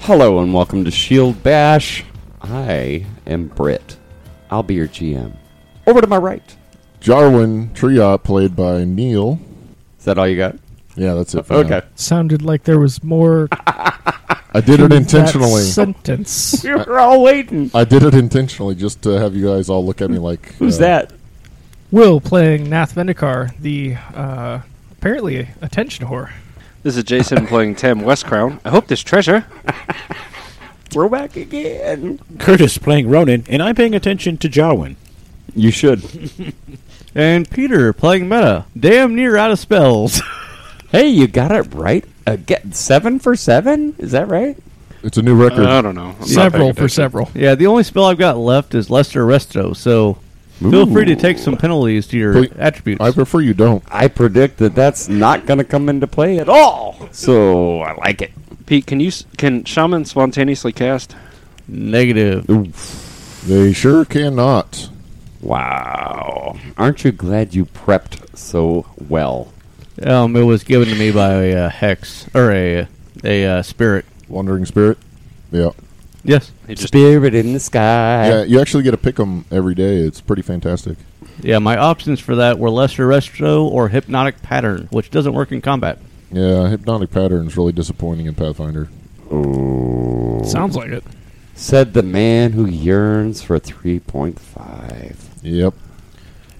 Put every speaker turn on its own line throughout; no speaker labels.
Hello and welcome to Shield Bash. I am Britt. I'll be your GM. Over to my right.
Jarwin Triot, played by Neil.
Is that all you got?
Yeah, that's it. for
Okay.
now.
Sounded like there was more
I did it
to
intentionally.
That sentence.
We were all waiting.
I did it intentionally just to have you guys all look at me like
Who's
uh,
that?
Will playing Nath Vendikar, the uh, apparently attention whore.
This is Jason playing Tam Westcrown. I hope there's treasure.
We're back again.
Curtis playing Ronan, and I'm paying attention to Jarwin.
You should.
And Peter playing meta. Damn near out of spells.
hey, you got it right again. Seven for seven? Is that right?
It's a new record.
Uh,
I don't know. I'm not
Several
paying
for
attention.
several.
yeah, the only spell I've got left is Lester Resto, so feel free to take some penalties to your
Please-
attributes.
I prefer you don't.
I predict that that's not going to come into play at all. So I like it.
Pete, can you s- can shaman spontaneously cast?
Negative.
They sure cannot.
Wow. Aren't you glad you prepped so well?
Um, it was given to me by a uh, hex or a a uh, spirit.
Wandering Spirit. Yeah.
Yes.
He just
Spirit in the sky.
Yeah, you actually get to pick them every day. It's pretty fantastic.
Yeah, my options for that were Lesser Resto or Hypnotic Pattern, which doesn't work in combat.
Yeah, hypnotic patterns really disappointing in Pathfinder.
Sounds like it.
Said the man who yearns for 3.5.
Yep.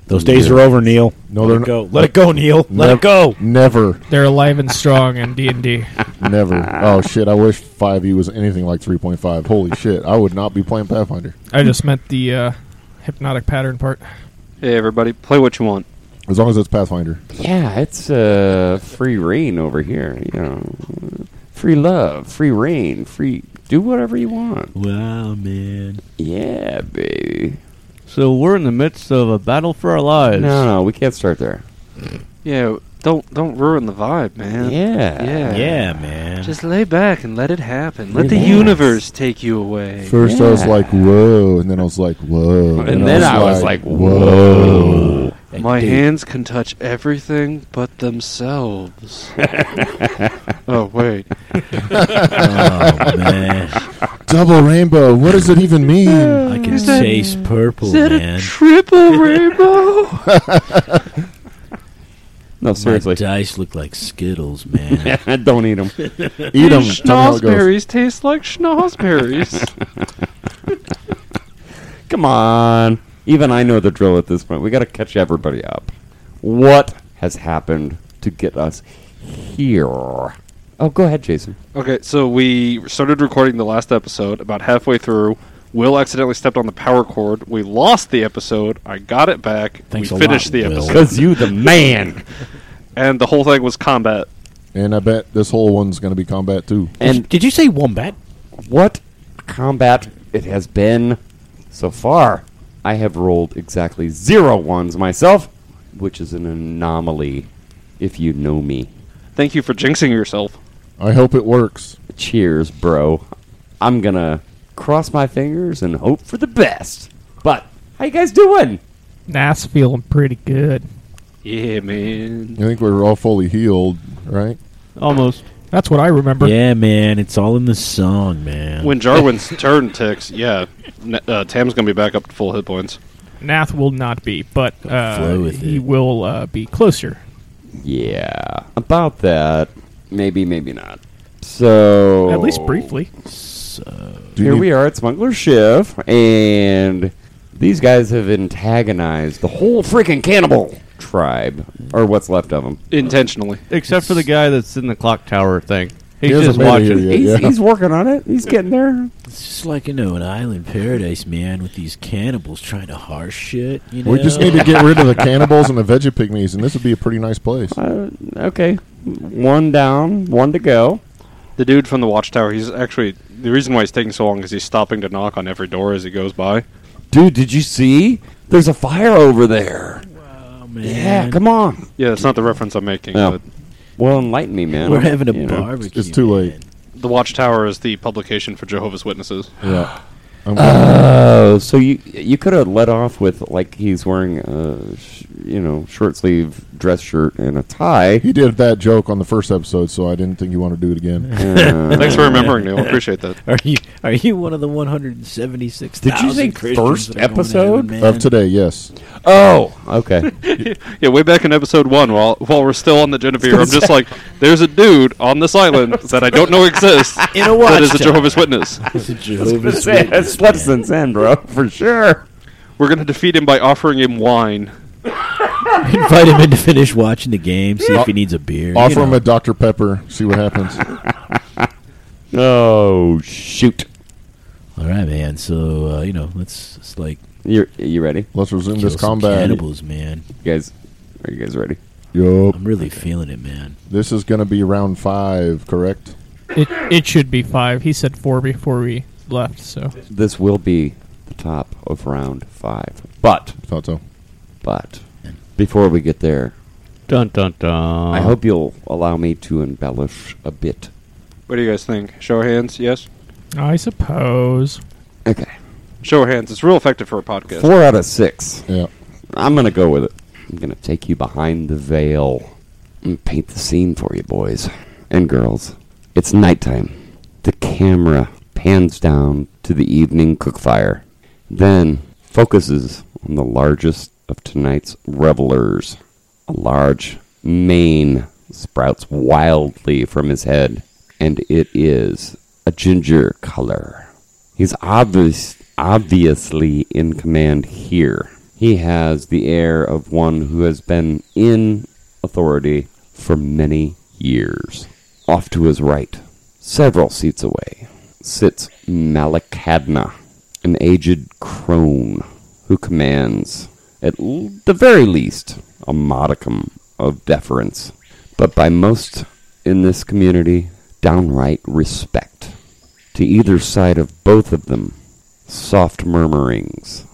Those days are over, Neil.
No,
Let
they're
it
not-
go. Let it go, Neil. Let
Nev-
it go.
Never,
They're alive and strong in D and D.
never. oh shit! I wish 5e was anything like 3.5. Holy shit! I would not be playing Pathfinder
I just meant the uh, hypnotic pattern part.
hey everybody, play what you want.
as long as it's Pathfinder.
Yeah, it's uh, free reign over here. You know, free love, free reign, free. Do whatever you want.
Wow, man.
Yeah, baby.
So we're in the midst of a battle for our lives.
No, no, we can't start there.
Yeah, don't don't ruin the vibe, man.
Yeah.
Yeah.
Yeah, man.
Just lay back and let it happen. Let the
Relax.
universe take you away.
First, I was
Yeah.
like, "Whoa," and then I was like, "Whoa,"
And then I was like, whoa.
My hands can touch everything but themselves. oh wait.
oh, man.
Double rainbow. What does it even mean?
I can taste purple,
Is that
man.
a triple rainbow?
No,
My
seriously.
dice look like Skittles, man.
Don't eat them.
Eat them.
Schnozberries taste like schnozberries.
Come on. Even I know the drill at this point. We got to catch everybody up. What has happened to get us here? Oh, go ahead, Jason.
Okay, so we started recording the last episode. About halfway through, Will accidentally stepped on the power cord. We lost the episode. I got it back.
Thanks a
we finished
lot,
the
Will.
episode.
Because you the man.
And the whole thing was combat.
And I bet this whole one's going to be combat too.
and
Did you say wombat?
what combat it has been so far. I have rolled exactly zero ones myself, which is an anomaly if you know me.
Thank you for jinxing yourself.
I hope it works.
Cheers, bro. I'm going to cross my fingers and hope for the best. But how you guys doing?
Nath's feeling pretty good.
Yeah, man.
You think we were all fully healed, right?
Almost.
That's what I remember.
Yeah, man. It's all in the song, man.
When Jarwin's turn ticks, yeah, n- uh, Tam's gonna be back up to full hit points.
Nath will not be, but uh,
Flow with
he
it.
will uh, be closer.
Yeah, about that. Maybe, maybe not. So
At least briefly.
Do you
Here
need-
we are at Smuggler's Shift, and these guys have antagonized the whole freaking cannibal tribe, or what's left of them.
Intentionally.
Except for the guy that's in the clock tower thing. He's
He hasn't
just
made it here
watching.
yet.
he's,
yeah.
he's working on it. He's getting there.
It's just like, you know, an island paradise, man, with these cannibals trying to harsh shit, you know?
We just need to get rid of the cannibals and the veggie pygmies, and this would be a pretty nice place.
Uh, okay, one down, one to go.
The dude from the watchtower, he's actually the reason why he's taking so long is he's stopping to knock on every door as he goes by.
Dude, did you see? There's a fire over there.
Oh, man.
Yeah, come on.
Yeah, that's not the reference I'm making,
Oh.
but
Well, enlighten me, man.
We're having a
You know.
barbecue.
It's too
man.
late.
the watchtower is the publication for Jehovah's Witnesses.
Yeah. I'm
Oh, so you you could have let off with like he's wearing a sh- you know short sleeve dress shirt and a tie.
he did that joke on the first episode, so I didn't think you want to do it again.
Uh,
Thanks for remembering, Neil. I appreciate that.
Are you are you one of the 176?
Did you say first episode?
of today, yes.
oh, okay.
Yeah, way back in episode one, while while we're still on the Genevieve, I'm just like, there's a dude on this island that I don't know exists
In a
that is a
watchtub.
Jehovah's Witness.
Jehovah's
Say, it's less than ten, bro, for sure.
We're gonna defeat him by offering him wine.
Invite him in to finish watching the game. See if he needs a beer.
Offer
you
him
know.
a Dr. Pepper, see what happens.
Oh shoot!
All right, man. So uh, you know, let's it's like
You you ready?
Let's resume
kill
this
some
combat.
cannibals, man.
You guys, are you guys ready?
Yup.
I'm really feeling it, man.
This is going to be round five, correct?
It it should be five. He said four before we left. So
This will be the top of round five, but
Thought so.
but before we get there, uh,
Dun dun dun.
I hope you'll allow me to embellish a bit.
What do you guys think? Show of hands, yes.
I suppose
Okay,
Show of hands. It's real effective for a podcast.
four out of six.
Yeah.
I'm gonna go with it. I'm gonna take you behind the veil and paint the scene for you, boys and girls. It's nighttime. The camera pans down to the evening cookfire, then focuses on the largest of tonight's revelers. A large mane sprouts wildly from his head, and it is a ginger color. He's obvious, obviously in command here. He has the air of one who has been in authority for many years. Off to his right, several seats away, sits Malakadna, an aged crone who commands, at l- the very least, a modicum of deference, but by most in this community, downright respect. To either side of both of them, soft murmurings,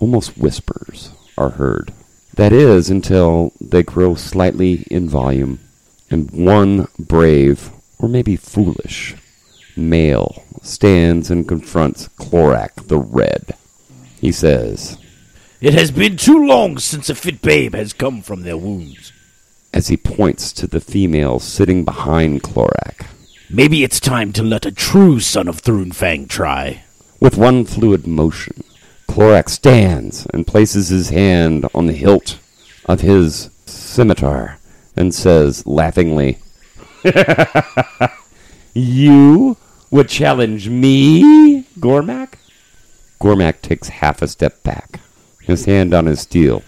almost whispers, are heard. That is until they grow slightly in volume, and one brave, or maybe foolish, male stands and confronts Clorak the Red. He says,
It has been too long since a fit babe has come from their wombs.
as he points to the female sitting behind Clorak.
Maybe it's time to let a true son of Thrunfang try.
With one fluid motion, Clorak stands and places his hand on the hilt of his scimitar and says laughingly, You would challenge me, Gormak? Gormak takes half a step back, his hand on his steel,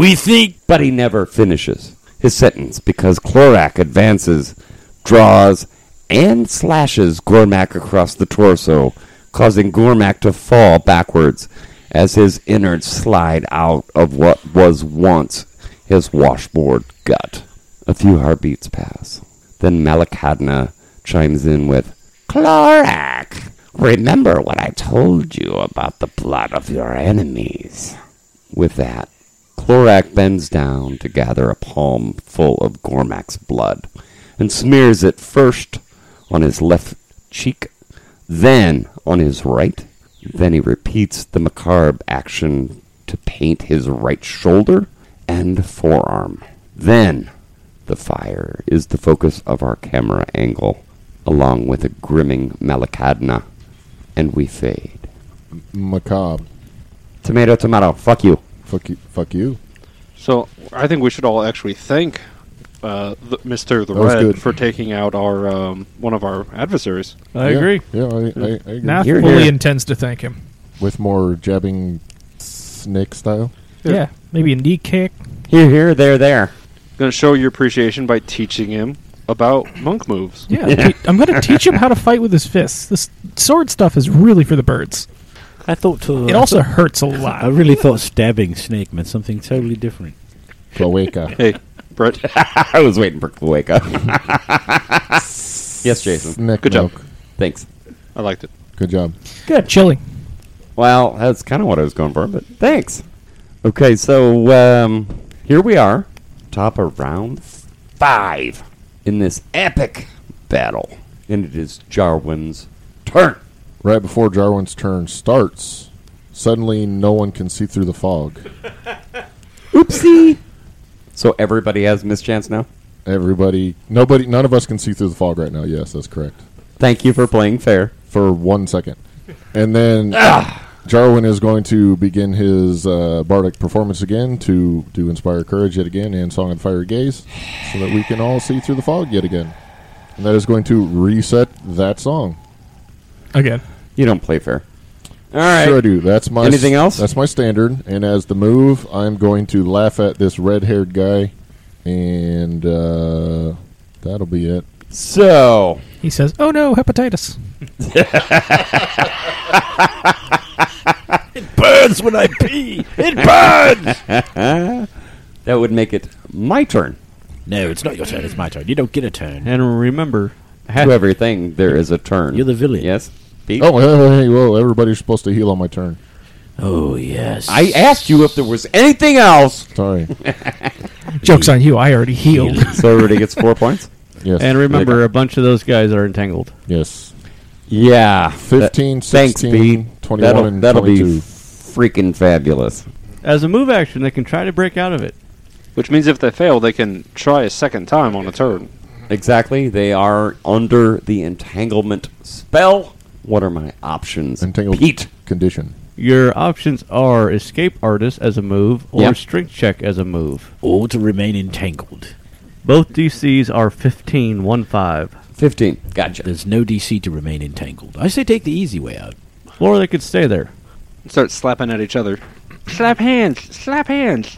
We think
but he never finishes his sentence because Clorak advances, draws, and slashes Gormak across the torso, causing Gormak to fall backwards as his innards slide out of what was once his washboard gut. A few heartbeats pass. Then Malakadna chimes in with, Clorak, remember what I told you about the blood of your enemies. With that, Clorak bends down to gather a palm full of Gormak's blood and smears it first on his left cheek, then on his right. Then he repeats the macabre action to paint his right shoulder and forearm. Then the fire is the focus of our camera angle, along with a grimming Malakadna, and we fade.
Macabre.
Tomato, tomato, fuck you.
Fuck you. Fuck you.
So I think we should all actually thank uh, the, Mr. The
That was
Red
good.
for taking out our um, one of our adversaries.
I
Yeah.
agree.
Yeah, I, I, I agree.
Nath
Here,
fully
here.
intends to thank him.
With more jabbing snake style.
Yeah. maybe a knee kick.
Here, here, there, there.
Going to show your appreciation by teaching him about monk moves.
Yeah, te- I'm going to teach him how to fight with his fists. This sword stuff is really for the birds.
I thought to
It also hurts a
I
lot.
really thought stabbing snake meant something totally different.
Cloaca.
Hey, Brett,
I was waiting for Cloaca. yes, Jason.
Neck
Good job.
milk.
Thanks.
I liked it.
Good job.
Good chilling.
Well, that's kind of what I was going for, but thanks. Okay, so um, here we are, top of round five in this epic battle, and it is Jarwin's turn.
Right before Jarwin's turn starts, suddenly no one can see through the fog.
Oopsie. So everybody has mischance now.
Everybody, nobody, none of us can see through the fog right now. Yes, that's correct.
Thank you for playing fair.
For one second. And then
Ah!
Jarwin is going to begin his uh, bardic performance again to, to inspire courage yet again and Song of the Fiery Gaze so that we can all see through the fog yet again. And that is going to reset that song.
Again.
You don't play fair. All right.
Sure, I do. That's my
Anything else?
That's my standard. And as the move, I'm going to laugh at this red-haired guy, and uh, that'll be it.
So
He says, "Oh no, hepatitis."
Burns when I pee. It burns.
that would make it my turn.
no, it's not your turn. It's my turn. You don't get a turn.
And remember, ha-
To everything, there is a turn.
You're the villain.
Yes. Pete?
Oh, hey, hey, whoa! Everybody's supposed to heal on my turn.
Oh yes.
I asked you if there was anything else.
Sorry.
Jokes on you. I already healed.
So everybody gets four points.
Yes.
and remember, a bunch of those guys are entangled.
yes.
Yeah.
15,
Thanks,
16,
Pete.
21,
That'll,
and
that'll be
22.
freaking fabulous.
As a move action, they can try to break out of it.
Which means if they fail, they can try a second time on a turn.
Exactly. They are under the entanglement spell. What are my options?
Entangled
Pete.
condition.
Your options are escape artist as a move or
Yep.
strength check as a move.
Or to remain entangled.
Both DCs are 15, 1 5.
15. Gotcha.
There's no DC to remain entangled. I say take the easy way out.
Or they could stay there.
Start slapping at each other. Slap hands. Slap hands.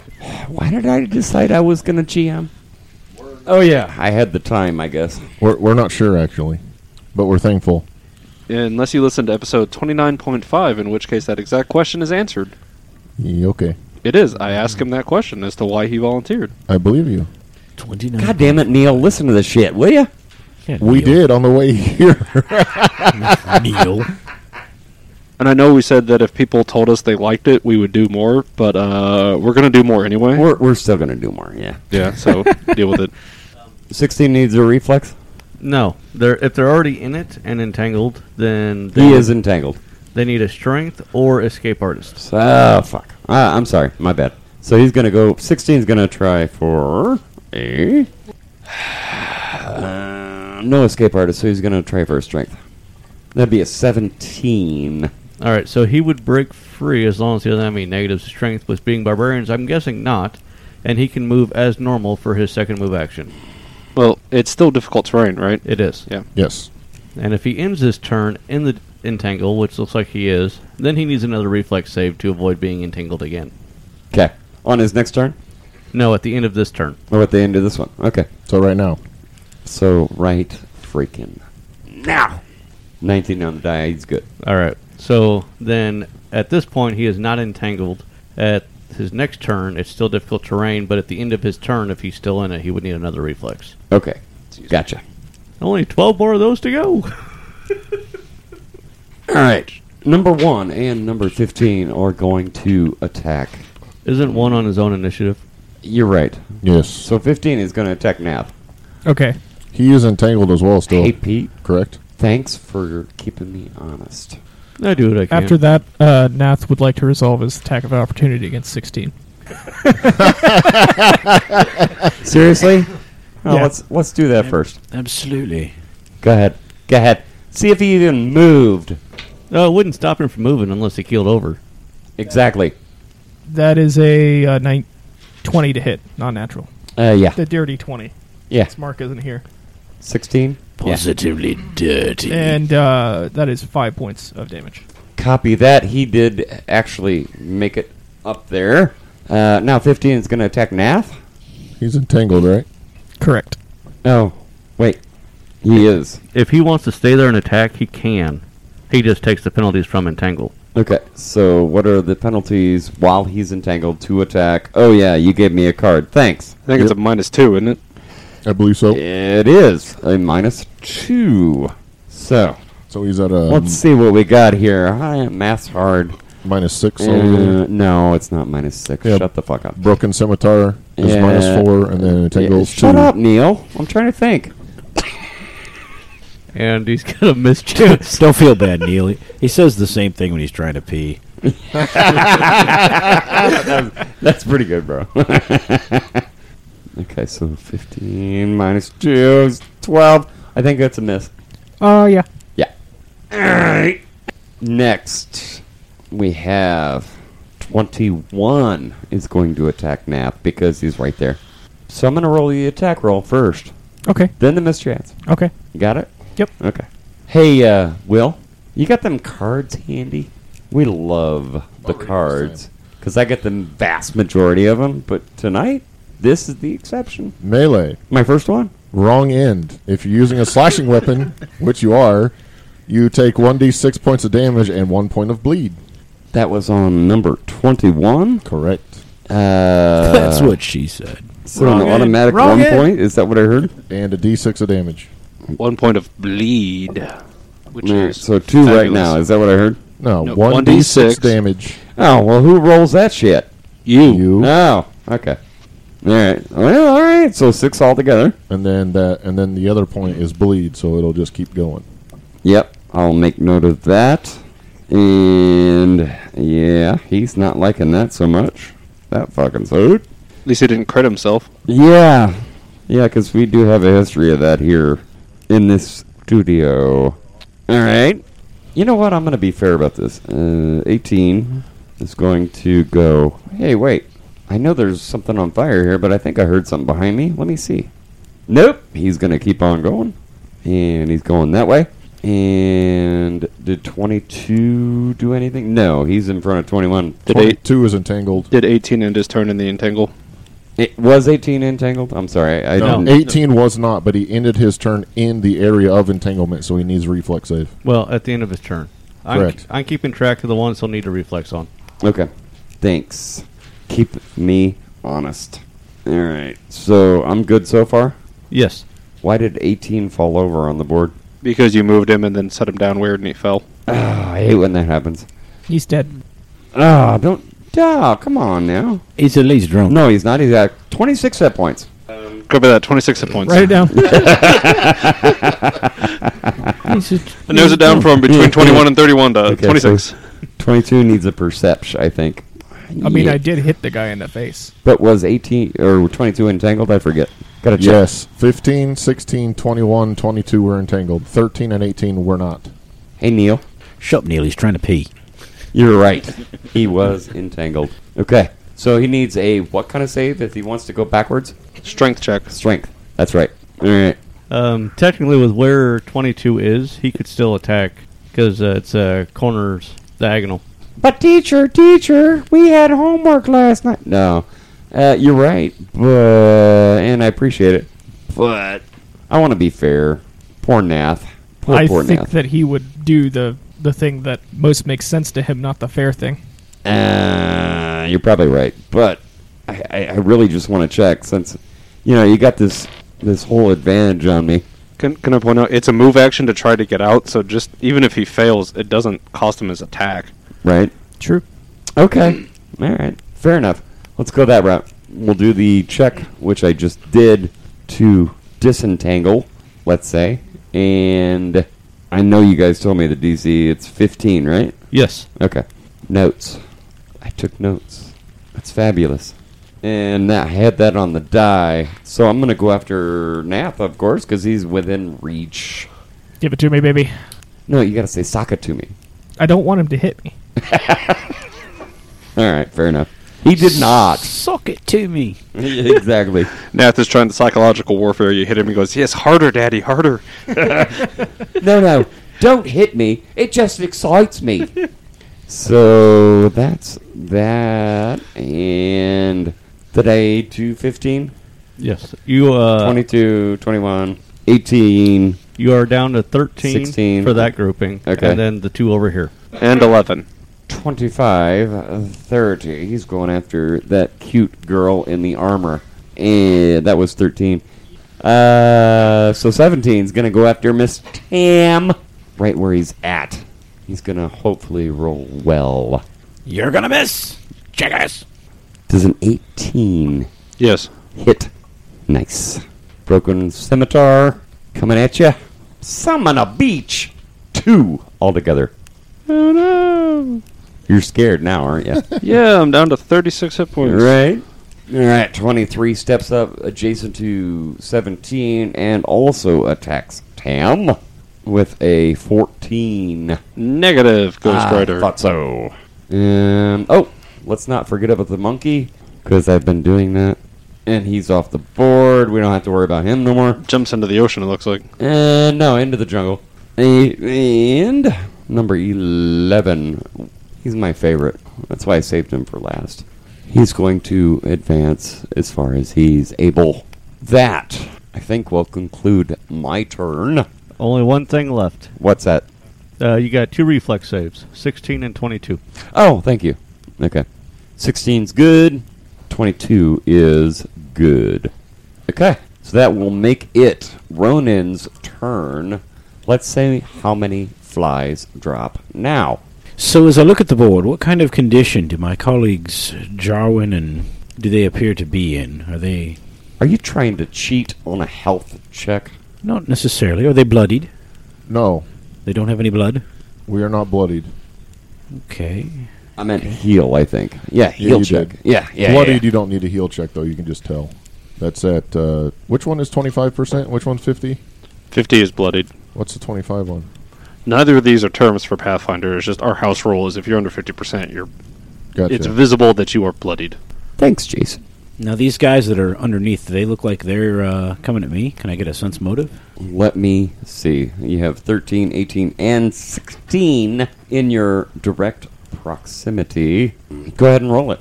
Why did I decide I was going to GM? Oh, yeah. I had the time, I guess.
We're, we're not sure, actually, but we're thankful.
Unless you listen to episode 29.5, in which case that exact question is answered.
Ye- Okay.
It is. I asked him that question as to why he volunteered.
I believe you.
Twenty nine.
God damn it, Neil. Listen to this shit, will you?
We did on the way here.
Neil.
And I know we said that if people told us they liked it, we would do more, but uh, we're going to do more anyway.
We're, we're still going to do more, yeah.
yeah, so deal with it.
16 needs a reflex.
No. They're, if they're already in it and entangled, then they,
He is entangled.
they need a strength or escape artist.
So, ah, fuck. Ah, I'm sorry. My bad. So he's going to go. 16's going to try for a. Uh, no escape artist, so he's going to try for a strength. That'd be a 17.
All right, so he would break free as long as he doesn't have any negative strength with being barbarians. I'm guessing not. And he can move as normal for his second move action.
Well, it's still difficult terrain, right?
It is.
Yeah.
yes.
And if he ends his turn in the entangle, which looks like he is, then he needs another reflex save to avoid being entangled again.
Okay. On his next turn?
No, at the end of this turn.
Or at the end of this one? Okay.
So right now,
So, right freaking now. 19 on the die. He's good.
All right. So then at this point, he is not entangled. At his next turn, it's still difficult terrain, but at the end of his turn, if he's still in it, he would need another reflex.
Okay. Gotcha.
Only 12 more of those to go.
All right. Number one and number 15 are going to attack.
Isn't one on his own initiative?
You're right.
yes.
So 15 is going to attack Nav.
Okay.
he is entangled as well still,
Hey, Pete.
correct?
Thanks for keeping me honest.
I do what I can.
After that, uh, Nath would like to resolve his attack of opportunity against 16.
Seriously? Oh,
Yeah.
let's let's do that first.
Absolutely.
Go ahead. Go ahead. See if he even moved.
No, Oh, it wouldn't stop him from moving unless he keeled over.
Exactly.
That is a uh, nine, 20 to hit, non natural.
Uh, yeah.
The dirty 20.
Yeah.
It's Mark isn't here.
16. Yeah.
Positively dirty.
And uh, that is five points of damage.
Copy that. He did actually make it up there. Uh, now 15 is going to attack Nath.
He's entangled, right?
Correct.
Oh, wait. He is.
If he wants to stay there and attack, he can. He just takes the penalties from entangle.
Okay, so what are the penalties while he's entangled to attack? Oh yeah, you gave me a card. Thanks.
I think it's a minus two, isn't it?
I believe so.
It is a minus two. So
So he's at um, a
let's see what we got here. I math's hard.
minus six.
Uh,
over.
no, it's not minus six.
Yeah.
Shut the fuck up.
Broken scimitar is
Yeah.
minus four, and then entangled.
Shut
two.
up, Neil. I'm trying to think.
and he's gonna miss chance.
Don't feel bad, Neil. He- He says the same thing when he's trying to pee.
That's pretty good, bro. okay, so 15 minus 2 is 12. I think that's a miss.
Oh, yeah.
Yeah. Alright. Next, we have 21 is going to attack Nap because he's right there. So I'm going to roll the attack roll first,
Okay.
then the mischance.
Okay.
You got it?
Yep.
Okay. Hey, uh, Will, you got them cards handy? We love the
Already
cards because I get the vast majority of them, but tonight, this is the exception.
Melee.
My first one?
Wrong end. If you're using a slashing weapon, which you are, you take 1d6 points of damage and 1 point of bleed.
That was on number 21.
Correct.
Uh,
That's what she said.
So an automatic
Wrong
one
end.
point? Is that what I heard?
And a d6 of damage.
One point of bleed. Which
All right,
is
so two right
fabulous.
now. Is that what I heard?
No,
No,
1d6
1d6.
damage.
Oh well, who rolls that shit?
You.
You.
Oh, okay. All right. Well, all right. So six altogether.
And then that and then the other point is bleed, so it'll just keep going.
Yep. I'll make note of that. And yeah, he's not liking that so much. That fucking suit.
At least he didn't crit himself.
Yeah. Yeah, because we do have a history of that here in this studio. All right. You know what? I'm going to be fair about this. Uh, 18 is going to go, hey, wait. I know there's something on fire here, but I think I heard something behind me. Let me see. Nope. He's going to keep on going. And he's going that way. And did 22 do anything? No, he's in front of 21.
Did eight,
22 is entangled.
did eighteen end his turn in the entangle?
It was 18 entangled? I'm sorry. I
No.
didn't.
18 was not, but he ended his turn in the area of entanglement, so he needs a reflex save.
Well, at the end of his turn. I'm,
Correct.
I'm keeping track of the ones he'll need to reflex on.
Okay. Thanks. Keep me honest. All right. So I'm good so far.
Yes.
Why did 18 fall over on the board?
Because you moved him and then set him down weird and he fell.
Ah, I hate when that happens.
He's dead.
Ah, don't. Ah, come on now.
He's at least drunk.
No, he's not. He's got 26 set points.
Cover that, twenty six hit points.
Write it down.
He's a-
And there's it down from between twenty one and thirty one to
Okay,
twenty six.
so 22 needs a perception, I think.
I mean,
Yeah.
I did hit the guy in the face.
But was 18 or 22 entangled? I forget. Got to check.
Yes, 15, 16, 21, 22 were entangled. 13 and 18 were not.
Hey, Neil.
Shut up, Neil. He's trying to pee.
You're right. he was entangled. Okay. So he needs a what kind of save if he wants to go backwards?
Strength check.
Strength. That's right. All right.
Um, technically, with where 22 is, he could still attack because uh, it's uh, corners diagonal.
But teacher, teacher, we had homework last night. No, uh, you're right. But and I appreciate it. But I want to be fair. Poor Nath. Poor
I
poor
think
Nath.
that he would do the the thing that most makes sense to him, not the fair thing.
uh, you're probably right. But I, I, I really just want to check since you know you got this this whole advantage on me.
Can, can I point out it's a move action to try to get out, so just even if he fails, it doesn't cost him his attack.
Right.
True.
Okay. All right. Fair enough. Let's go that route. We'll do the check, which I just did to disentangle, let's say. And I know you guys told me the DC, it's 15, right?
Yes.
Okay. Notes. I took notes. That's fabulous. And I had that on the die. So I'm going to go after Nap, of course, because he's within reach.
Give it to me, baby.
No, you got to say Sokka to me.
I don't want him to hit me.
All right. Fair enough. He did not.
Suck it to me.
exactly.
Nath is trying the psychological warfare, you hit him and goes, Yes, harder, Daddy, harder.
No, no. Don't hit me. It just excites me. so that's that. And today, 215,
Yes. You uh,
22, 21, 18.
you are down to 13
16.
for that grouping.
Okay.
And then the two over here.
And eleven.
25, uh, 30. He's going after that cute girl in the armor. And that was 13. Uh, so 17's going to go after Miss Tam right where he's at. He's going to hopefully roll well.
You're gonna miss. Checkers.
Does an 18
Yes.
hit? Nice. Broken scimitar coming at you. Summon beach. Two altogether.
Oh no!
You're scared now, aren't you?
Yeah, I'm down to 36 hit points.
right. All right. 23 steps up adjacent to 17 and also attacks Tam with a 14.
Negative Ghost Rider.
Ah, thought so. And oh, let's not forget about the monkey because I've been doing that, and he's off the board. We don't have to worry about him no more.
Jumps into the ocean. It looks like.
And no, into the jungle. And number eleven, he's my favorite. That's why I saved him for last. He's going to advance as far as he's able. That I think will conclude my turn.
Only one thing left.
What's that?
Uh, you got two reflex saves, 16 and 22.
Oh, thank you. Okay. 16's good. 22 is good. Okay. So that will make it Ronin's turn. Let's say how many flies drop now.
So, as I look at the board, what kind of condition do my colleagues Jarwin and do they appear to be in? Are they
Are you trying to cheat on a health check?
not necessarily? Are they bloodied?
No,
They don't have any blood.
we are not bloodied.
Okay.
I meant heal, I think. Yeah, heal
you
check.
did.
Yeah, yeah.
bloodied,
yeah.
you don't need a heal check though. You can just tell. That's at uh, which one is twenty five percent? Which one's fifty?
50 is bloodied.
What's the twenty five one?
Neither of these are terms for Pathfinder. It's just our house rule is if you're under 50%, you're
Gotcha.
it's visible that you are bloodied.
Thanks, Jason.
Now, these guys that are underneath, they look like they're uh, coming at me. Can I get a sense motive?
Let me see. You have 13, 18, and 16 in your direct proximity. Go ahead and roll it.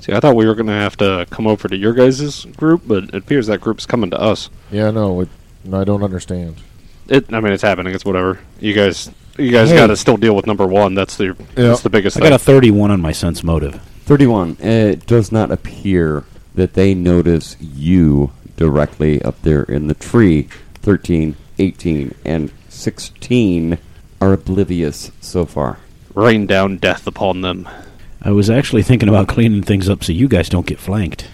See, I thought we were going to have to come over to your guys' group, but it appears that group's coming to us.
yeah, no, it, no, I don't understand.
It, I mean, it's happening. It's whatever. You guys, you guys
Hey.
got to still deal with number one. That's the that's the biggest
I
thing.
got a 31 on my sense motive.
31. It does not appear that they notice you directly up there in the tree. 13, 18, and 16 are oblivious so far.
Rain down death upon them.
I was actually thinking about cleaning things up so you guys don't get flanked.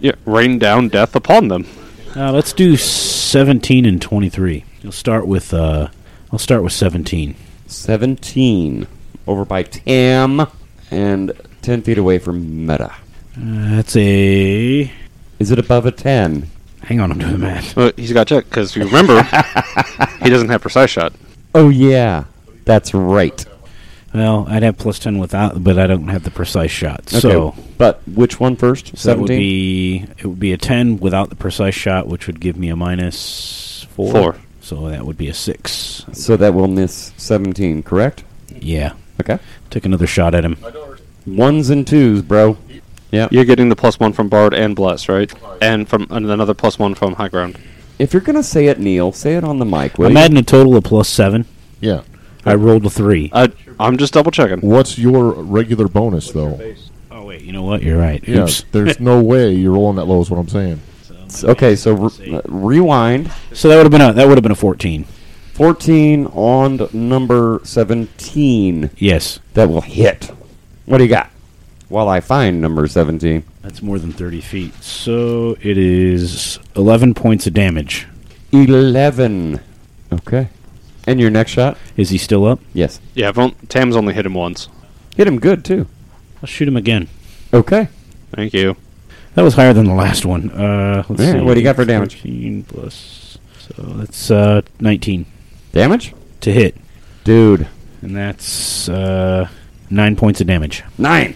Yeah, rain down death upon them.
Uh, let's do 17 and 23. I'll start with uh, I'll start with 17.
17 over by Tam and 10 feet away from Meta.
Uh, that's a
Is it above a 10?
Hang on, I'm doing the math.
Uh, he's got check because you remember he doesn't have precise shot.
Oh, yeah. That's right.
Well, I'd have plus 10 without, but I don't have the precise shot. So,
but which one first?
so that would be it would be a 10 without the precise shot, which would give me a minus 4.
Four.
So that would be a 6.
so that will miss 17, correct?
Yeah.
Okay.
Took another shot at him.
Ones and twos, bro. Yeah.
You're getting the plus one from Bard and Bless, right? And from and another plus one from High Ground.
If you're gonna say it, Neil, say it on the mic. Will
I'm
you?
adding a total of plus 7.
Yeah.
I rolled a 3.
Uh, I'm just double checking.
What's your regular bonus though?
Oh, wait. You know what? You're right.
Yeah,
Oops.
there's no way you're rolling that low. Is what I'm saying.
S- okay, so re- uh, rewind.
So that would have been a that would have been a 14.
Fourteen on d- number seventeen.
Yes.
That will hit. What do you got? While I find number seventeen,
That's more than 30 feet. So it is 11 points of damage.
eleven. Okay. And your next shot?
Is he still up?
Yes.
Yeah, I've on- Tam's only hit him once.
Hit him good too.
I'll shoot him again.
Okay.
Thank you.
That was higher than the last one. Uh, let's
Yeah,
see.
what do you got for damage?
13 plus. So that's uh, 19
Damage,
to hit.
dude.
And that's uh, 9 points of damage.
Nine.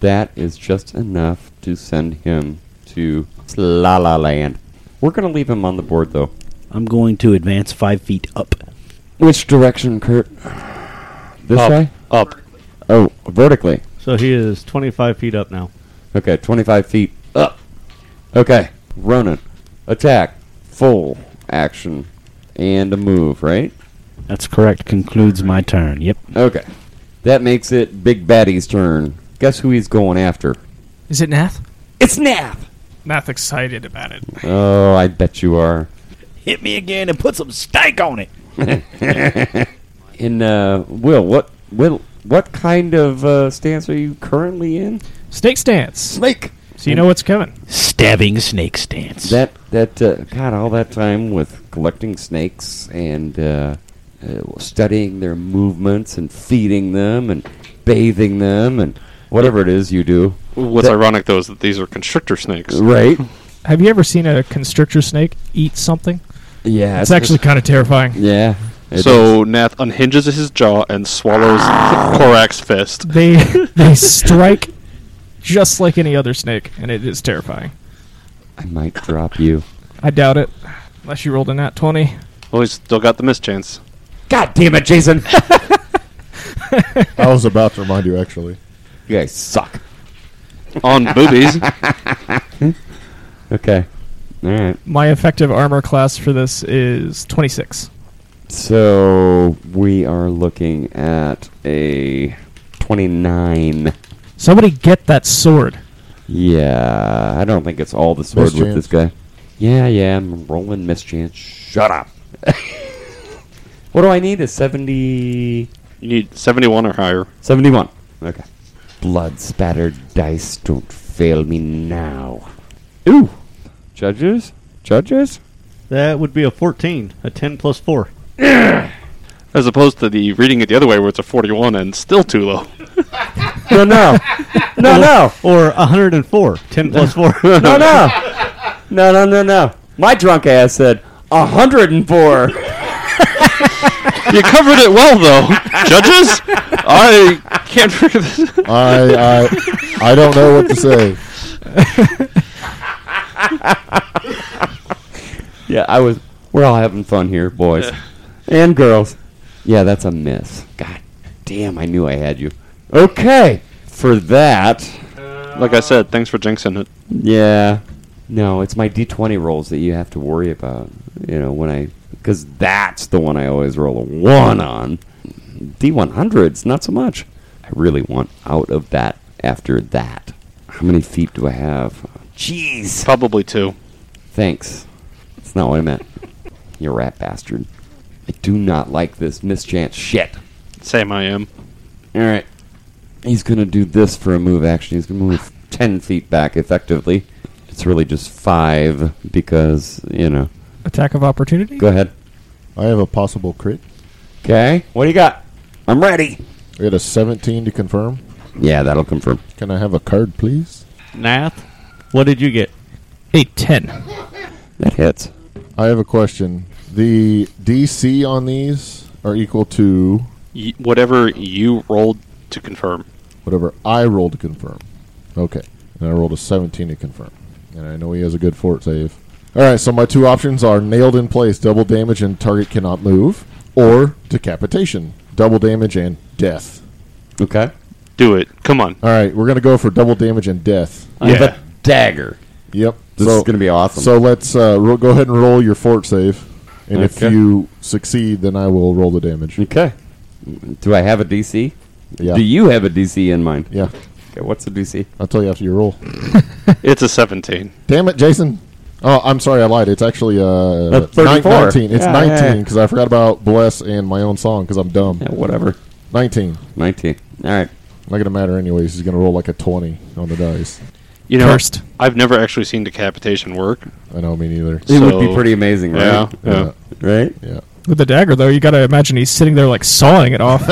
That is just enough to send him to La La Land. We're gonna leave him on the board though.
I'm going to advance 5 feet up.
Which direction, Kurt? This
up,
way?
up.
Oh, vertically.
So he is 25 feet up now.
Okay, 25 feet up. Okay, Ronan. Attack. Full action. And a move, right?
That's correct. Concludes my turn. Yep.
Okay. That makes it Big Baddie's turn. Guess who he's going after?
Is it Nath?
It's Nap!
Nath excited about it.
Oh, I bet you are.
Hit me again and put some steak on it.
And, uh, Will, what, Will, what kind of uh, stance are you currently in?
Snake stance.
Snake!
So you know what's coming.
Stabbing snake stance.
That that uh, God, all that time with collecting snakes and uh, uh, studying their movements and feeding them and bathing them and whatever it is you do,
What's
That-
ironic though is that these are constrictor snakes.
right?
Have you ever seen a constrictor snake eat something?
Yeah,
It's actually kind of terrifying.
yeah. it is. Ah.
So Nath unhinges his jaw and swallows Korak's fist.
They they strike just like any other snake, and it is terrifying.
I might drop you.
I doubt it, unless you rolled a nat twenty.
Well, he's still got the mischance.
God damn it, Jason!
I was about to remind you, actually.
you guys suck.
On boobies,
Okay, all right.
My effective armor class for this is twenty six.
So we are looking at a twenty-nine.
Somebody get that sword.
Yeah, I don't think it's all the sword with this guy. Yeah, yeah, I'm rolling mischance. Shut up. what do I need? A 70,
you need 71 or higher.
71. Okay. Blood spattered dice don't fail me now. Ooh. Judges? Judges?
That would be a 14, a 10 plus 4.
As opposed to the reading it the other way where it's a 41 and still too low.
No, no. no, no.
Or 104, 10 plus 4.
No, no. No, no, no, no. My drunk ass said 104.
you covered it well though. Judges? I can't figure this
I I I don't know what to say.
yeah, I was. We're all having fun here, boys and girls. Yeah, that's a miss. God damn, I knew I had you. Okay, for that.
Like I said, thanks for jinxing it.
Yeah, no, it's my d20 rolls that you have to worry about. You know when I because that's the one I always roll a one on. D100s, not so much. I really want out of that after that. How many feet do I have? Jeez.
Probably two.
Thanks. That's not what I meant. You rat bastard. I do not like this mischance shit.
Same I am.
Alright. He's gonna do this for a move action. He's gonna move ten feet back effectively. It's really just five because, you know.
Attack of opportunity.
Go ahead.
I have a possible crit.
Okay. What do you got? I'm ready.
I had a 17 to confirm.
Yeah, that'll confirm.
Can I have a card, please?
Nath, what did you get?
A ten.
That hits.
I have a question. The DC on these are equal to
Y- whatever you rolled to confirm.
whatever I roll to confirm. Okay. And I rolled a 17 to confirm. And I know he has a good fort save. All right, so my two options are nailed in place, double damage and target cannot move, or decapitation, double damage and death.
Okay.
Do it. Come on.
All right, we're going to go for double damage and death.
I have
Yeah.
a dagger.
Yep.
This is gonna be awesome.
So let's uh, ro- go ahead and roll your fort save. And if
Okay.
you succeed, then I will roll the damage.
Okay. Do I have a DC?
Yeah.
Do you have a DC in mind?
Yeah.
Okay, what's a DC?
I'll tell you after you roll.
It's a 17.
Damn it, Jason. Oh, I'm sorry, I lied. It's actually uh,
That's
nine-
34.
19. It's
Yeah,
19
yeah.
because I forgot about Bless and my own song because I'm dumb.
Yeah, whatever.
19.
19. All right.
Not going to matter anyways. He's going to roll like a 20 on the dice.
You know,
Cursed.
I've never actually seen decapitation work.
I know, me neither.
It would be
So-
pretty amazing,
Yeah.
right?
yeah.
Right?
Yeah.
With the dagger, though, you got to imagine he's sitting there like sawing it off.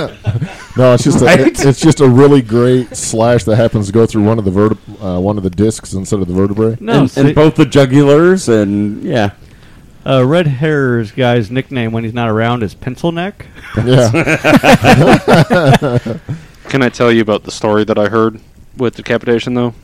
No, it's just a,
Right?
it- it's just a really great slash that happens to go through one of the verteb- uh, one of the discs instead of the vertebrae.
No,
and, and both the jugulars and yeah.
uh, Red Hair's guy's nickname when he's not around is Pencil Neck.
Yeah,
Can I tell you about the story that I heard with decapitation, though?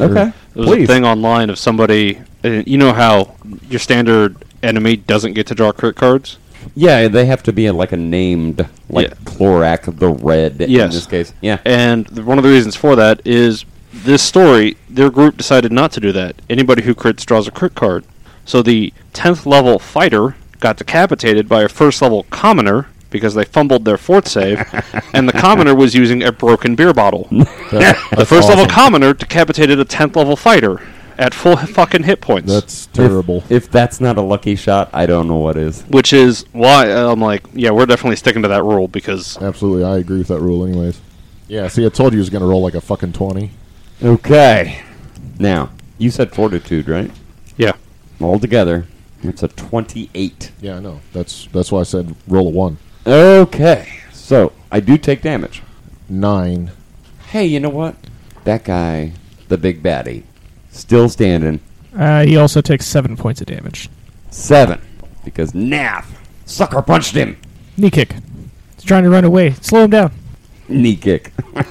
Okay.
There was a thing online of somebody. Uh, you know how your standard enemy doesn't get to draw crit cards?
Yeah, they have to be like a named like
Yeah.
Chlorak the Red in
Yes.
this case. Yeah.
And th- one of the reasons for that is this story, their group decided not to do that. Anybody who crits draws a crit card. So the 10th level fighter got decapitated by a first level commoner because they fumbled their fourth save, and the commoner was using a broken beer bottle. the first level commoner decapitated a 10th level fighter at full h- fucking hit points.
that's terrible.
If, if that's not a lucky shot, I don't know what is.
which is why uh, I'm like, yeah, we're definitely sticking to that rule because
Absolutely, I agree with that rule. Anyways, yeah. See, I told you he was going to roll like a fucking twenty.
Okay. Now, you said fortitude, right?
Yeah.
All together, it's a 28.
Yeah, I know. That's that's why I said roll a one.
Okay. So, I do take damage.
Nine.
Hey, you know what? That guy, the big baddie, still standing.
Uh, he also takes seven points of damage.
Seven. Because Naf sucker punched him.
Knee kick. He's trying to run away. Slow him down.
Knee kick.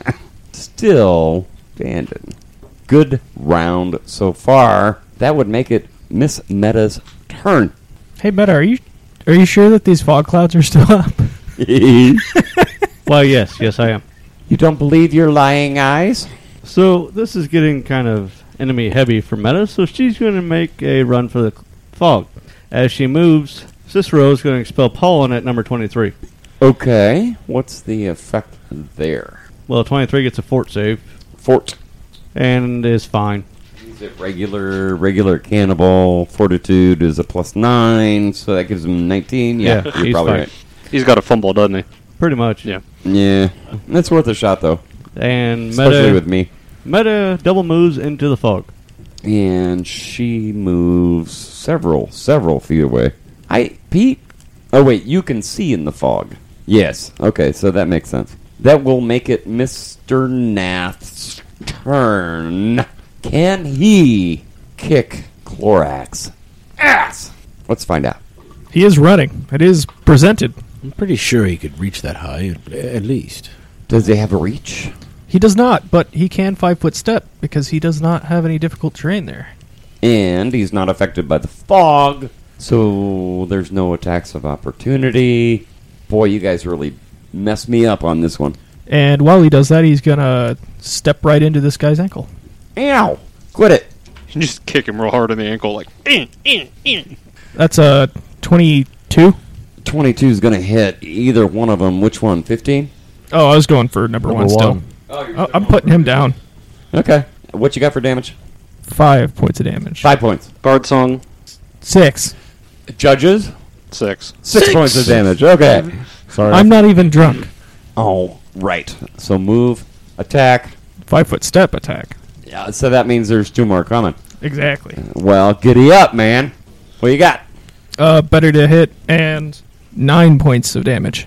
still standing. Good round so far. That would make it Miss Meta's turn.
Hey, Meta, are you are you sure that these fog clouds are still up?
you
Well, yes, yes, I am.
don't believe your lying eyes?
So this is getting kind of enemy heavy for Meta, so she's going to make a run for the c- fog. As she moves, Cicero is going to expel pollen at number 23.
Okay. What's the effect there?
Well, 23 gets a fort save
Fort.
and is fine.
Is it regular, regular cannibal? Fortitude is a plus nine, so that gives him 19. Yeah,
Yeah,
you're
he's
probably
fine.
right.
He's got a fumble, doesn't he?
Pretty much.
Yeah.
Yeah. That's worth a shot, though.
And
Especially
Meta,
with me.
Meta double moves into the fog.
And she moves several, several feet away. I, Pete? Oh, wait, you can see in the fog. Yes. Okay, so that makes sense. That will make it Mr. Nath's turn. Can he kick Clorax ass? Let's find out.
He is running. It is presented.
I'm pretty sure he could reach that high, at, at least.
Does he have a reach?
He does not, but he can five foot step because he does not have any difficult terrain there.
and he's not affected by the fog, so there's no attacks of opportunity. Boy, you guys really messed me up on this one.
And while he does that, he's gonna step right into this guy's ankle.
Ow! Quit it.
You just kick him real hard in the ankle, like, "Eh, eh, eh."
That's a twenty-two.
22 is going to hit either one of them. Which one? 15?
Oh, I was going for number, one,
Number
still. I- I'm putting him down.
Okay. What you got for damage?
Five points of damage.
Five points.
Guard song,
Six.
Judges?
six.
Six, points of damage. Okay.
Sorry.
I'm not even drunk.
All right. So move, attack.
Five foot step attack.
Yeah, so that means there's two more coming.
Exactly.
Well, giddy up, man. What you got?
Uh, better to hit and nine points of damage.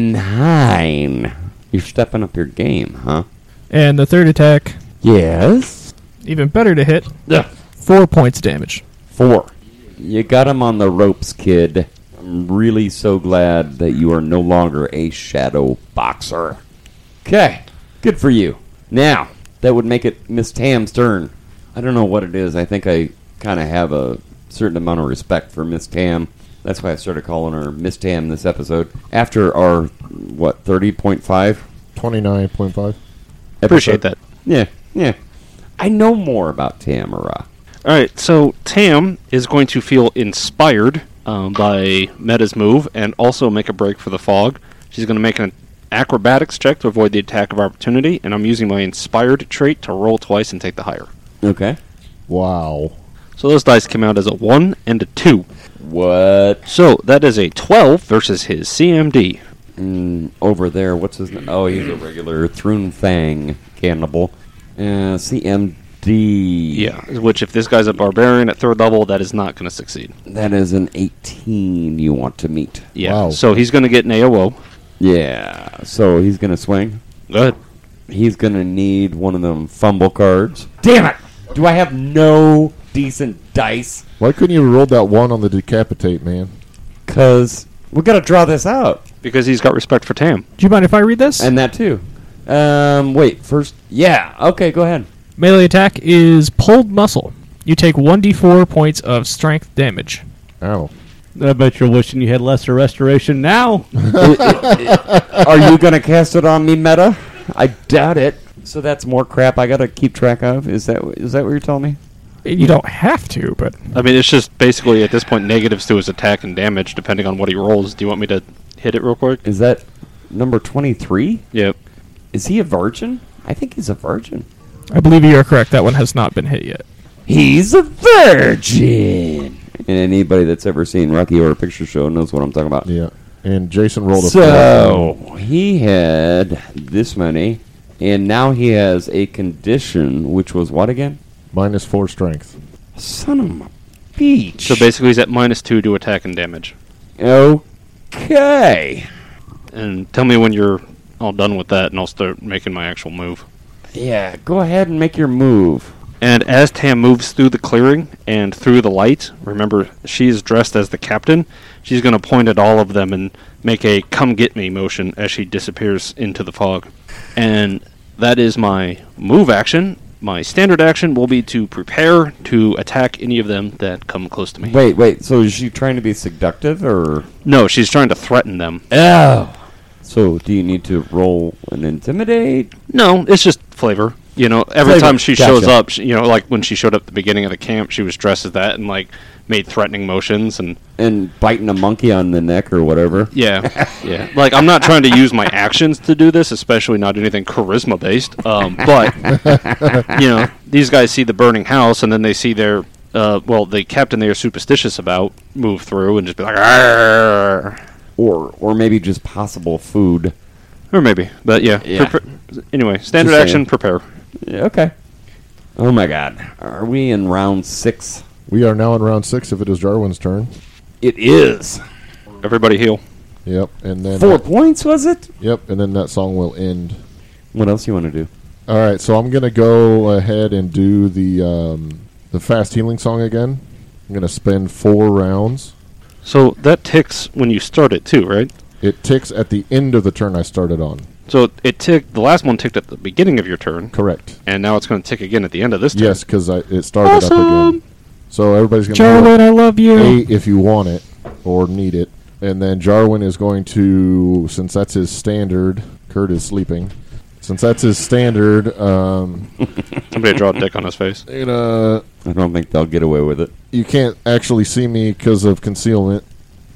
Nine. You're stepping up your game, huh?
And the third attack,
Yes.
even better to hit.
Yeah.
Four points of damage.
Four. You got him on the ropes, kid. I'm really so glad that you are no longer a shadow boxer. Okay. Good for you. Now, that would make it Miss Tam's turn. I don't know what it is. I think I kind of have a certain amount of respect for Miss Tam. That's why I started calling her Miss Tam this episode. After our, what, 30.5?
29.5.
Appreciate that.
Yeah, yeah. I know more about Tamara.
All right, so Tam is going to feel inspired um, by Meta's move and also make a break for the fog. She's going to make an acrobatics check to avoid the attack of opportunity, and I'm using my inspired trait to roll twice and take the higher.
Okay.
Wow.
So those dice come out as a 1 and a 2.
What?
So that is a 12 versus his CMD.
Mm, over there, what's his name? Oh, he's a regular Thrun Fang cannibal. Uh, CMD.
Yeah, which if this guy's a barbarian at third level, that is not going to succeed.
That is an 18 you want to meet.
Yeah.
Wow.
So he's going to get an AOO.
Yeah. So he's going to swing.
Go ahead.
He's going to need one of them fumble cards. Damn it! Do I have no decent dice?
Why couldn't you have rolled that one on the decapitate, man?
Because we got to draw this out.
Because he's got respect for Tam.
Do you mind if I read this?
And that too. Um, wait, first. Yeah. Okay, go ahead.
Melee attack is pulled muscle. You take 1d4 points of strength damage.
Ow.
I bet you're wishing you had lesser restoration now.
Are you going to cast it on me, Meta? I doubt it. So that's more crap I got to keep track of. Is that is that what you're telling me?
You don't have to, but
I mean, it's just basically at this point negatives to his attack and damage depending on what he rolls. Do you want me to hit it real quick?
Is that number 23?
Yep.
Is he a virgin? I think he's a virgin.
I believe you are correct. That one has not been hit yet.
He's a virgin. And anybody that's ever seen Rocky Horror Picture Show knows what I'm talking about.
Yeah. And Jason rolled a
So he had this many And now he has a condition, which was what again?
Minus four strength.
Son of a beach.
So basically, he's at minus two to attack and damage.
Okay.
And tell me when you're all done with that, and I'll start making my actual move.
Yeah, go ahead and make your move.
And as Tam moves through the clearing and through the light, remember she is dressed as the captain. She's going to point at all of them and make a "come get me" motion as she disappears into the fog. And that is my move action. My standard action will be to prepare to attack any of them that come close to me.
Wait, wait. So is she trying to be seductive or?
No, she's trying to threaten them.
So do you need to roll and intimidate?
No, it's just flavor. You know, every
Flavor.
time she
Gotcha.
shows up, she, you know, like when she showed up at the beginning of the camp, she was dressed as that and like made threatening motions and
And biting a monkey on the neck or whatever.
yeah, yeah. Like I'm not trying to use my actions to do this, especially not anything charisma based. Um, but you know, these guys see the burning house and then they see their uh, well, the captain they are superstitious about move through and just be like, "Ah," "Arr."
Or or maybe just possible food.
or maybe, but yeah.
Yeah.
Prepa- anyway, standard
Just
action,
saying.
prepare.
Yeah, okay. Oh my god. Are we in round six?
We are now in round six. If it is Jarwin's turn.
It is.
Everybody heal.
Yep, and then
Four points, was it?
Yep, and then that song will end.
What else you want to do?
All right, so I'm gonna go ahead and do the um, the fast healing song again. I'm gonna spend four rounds.
So that ticks when you start it too, right?
It ticks at the end of the turn I started on.
So it ticked. The last one ticked at the beginning of your turn,
Correct.
and now it's going to tick again at the end of this turn.
Yes, because it started up again. So everybody's gonna roll
Jarwin, I love you.
eight if you want it or need it, and then Jarwin is going to since that's his standard. Kurt is sleeping. Since that's his standard, um,
Somebody draw a dick on his face.
you know,
I don't think they'll get away with it.
you can't actually see me because of concealment.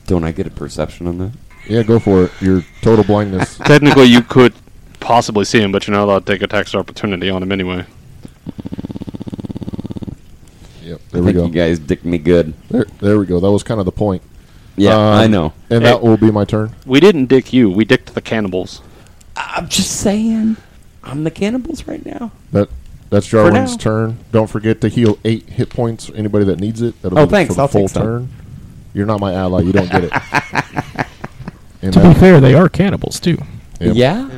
Don't I get a perception on that?
Yeah, go for it. Your total blindness.
Technically, you could possibly see him, but you're not allowed to take a tax opportunity on him anyway.
yep,
I
there we
think
go.
you guys dick me good.
There, there we go. That was kind of the point.
Yeah,
Um,
I know.
And
Hey.
that will be my turn.
We didn't dick you. We dicked the cannibals.
I'm just saying. I'm the cannibals right now.
That that's Jarwin's
now.
turn. Don't forget to heal eight hit points. Anybody that needs it. That'll
Oh,
be
thanks.
For the
I'll
full
take some.
turn. You're not my ally. You don't get it. and
To be
that-
fair, they are cannibals too.
Yep.
Yeah.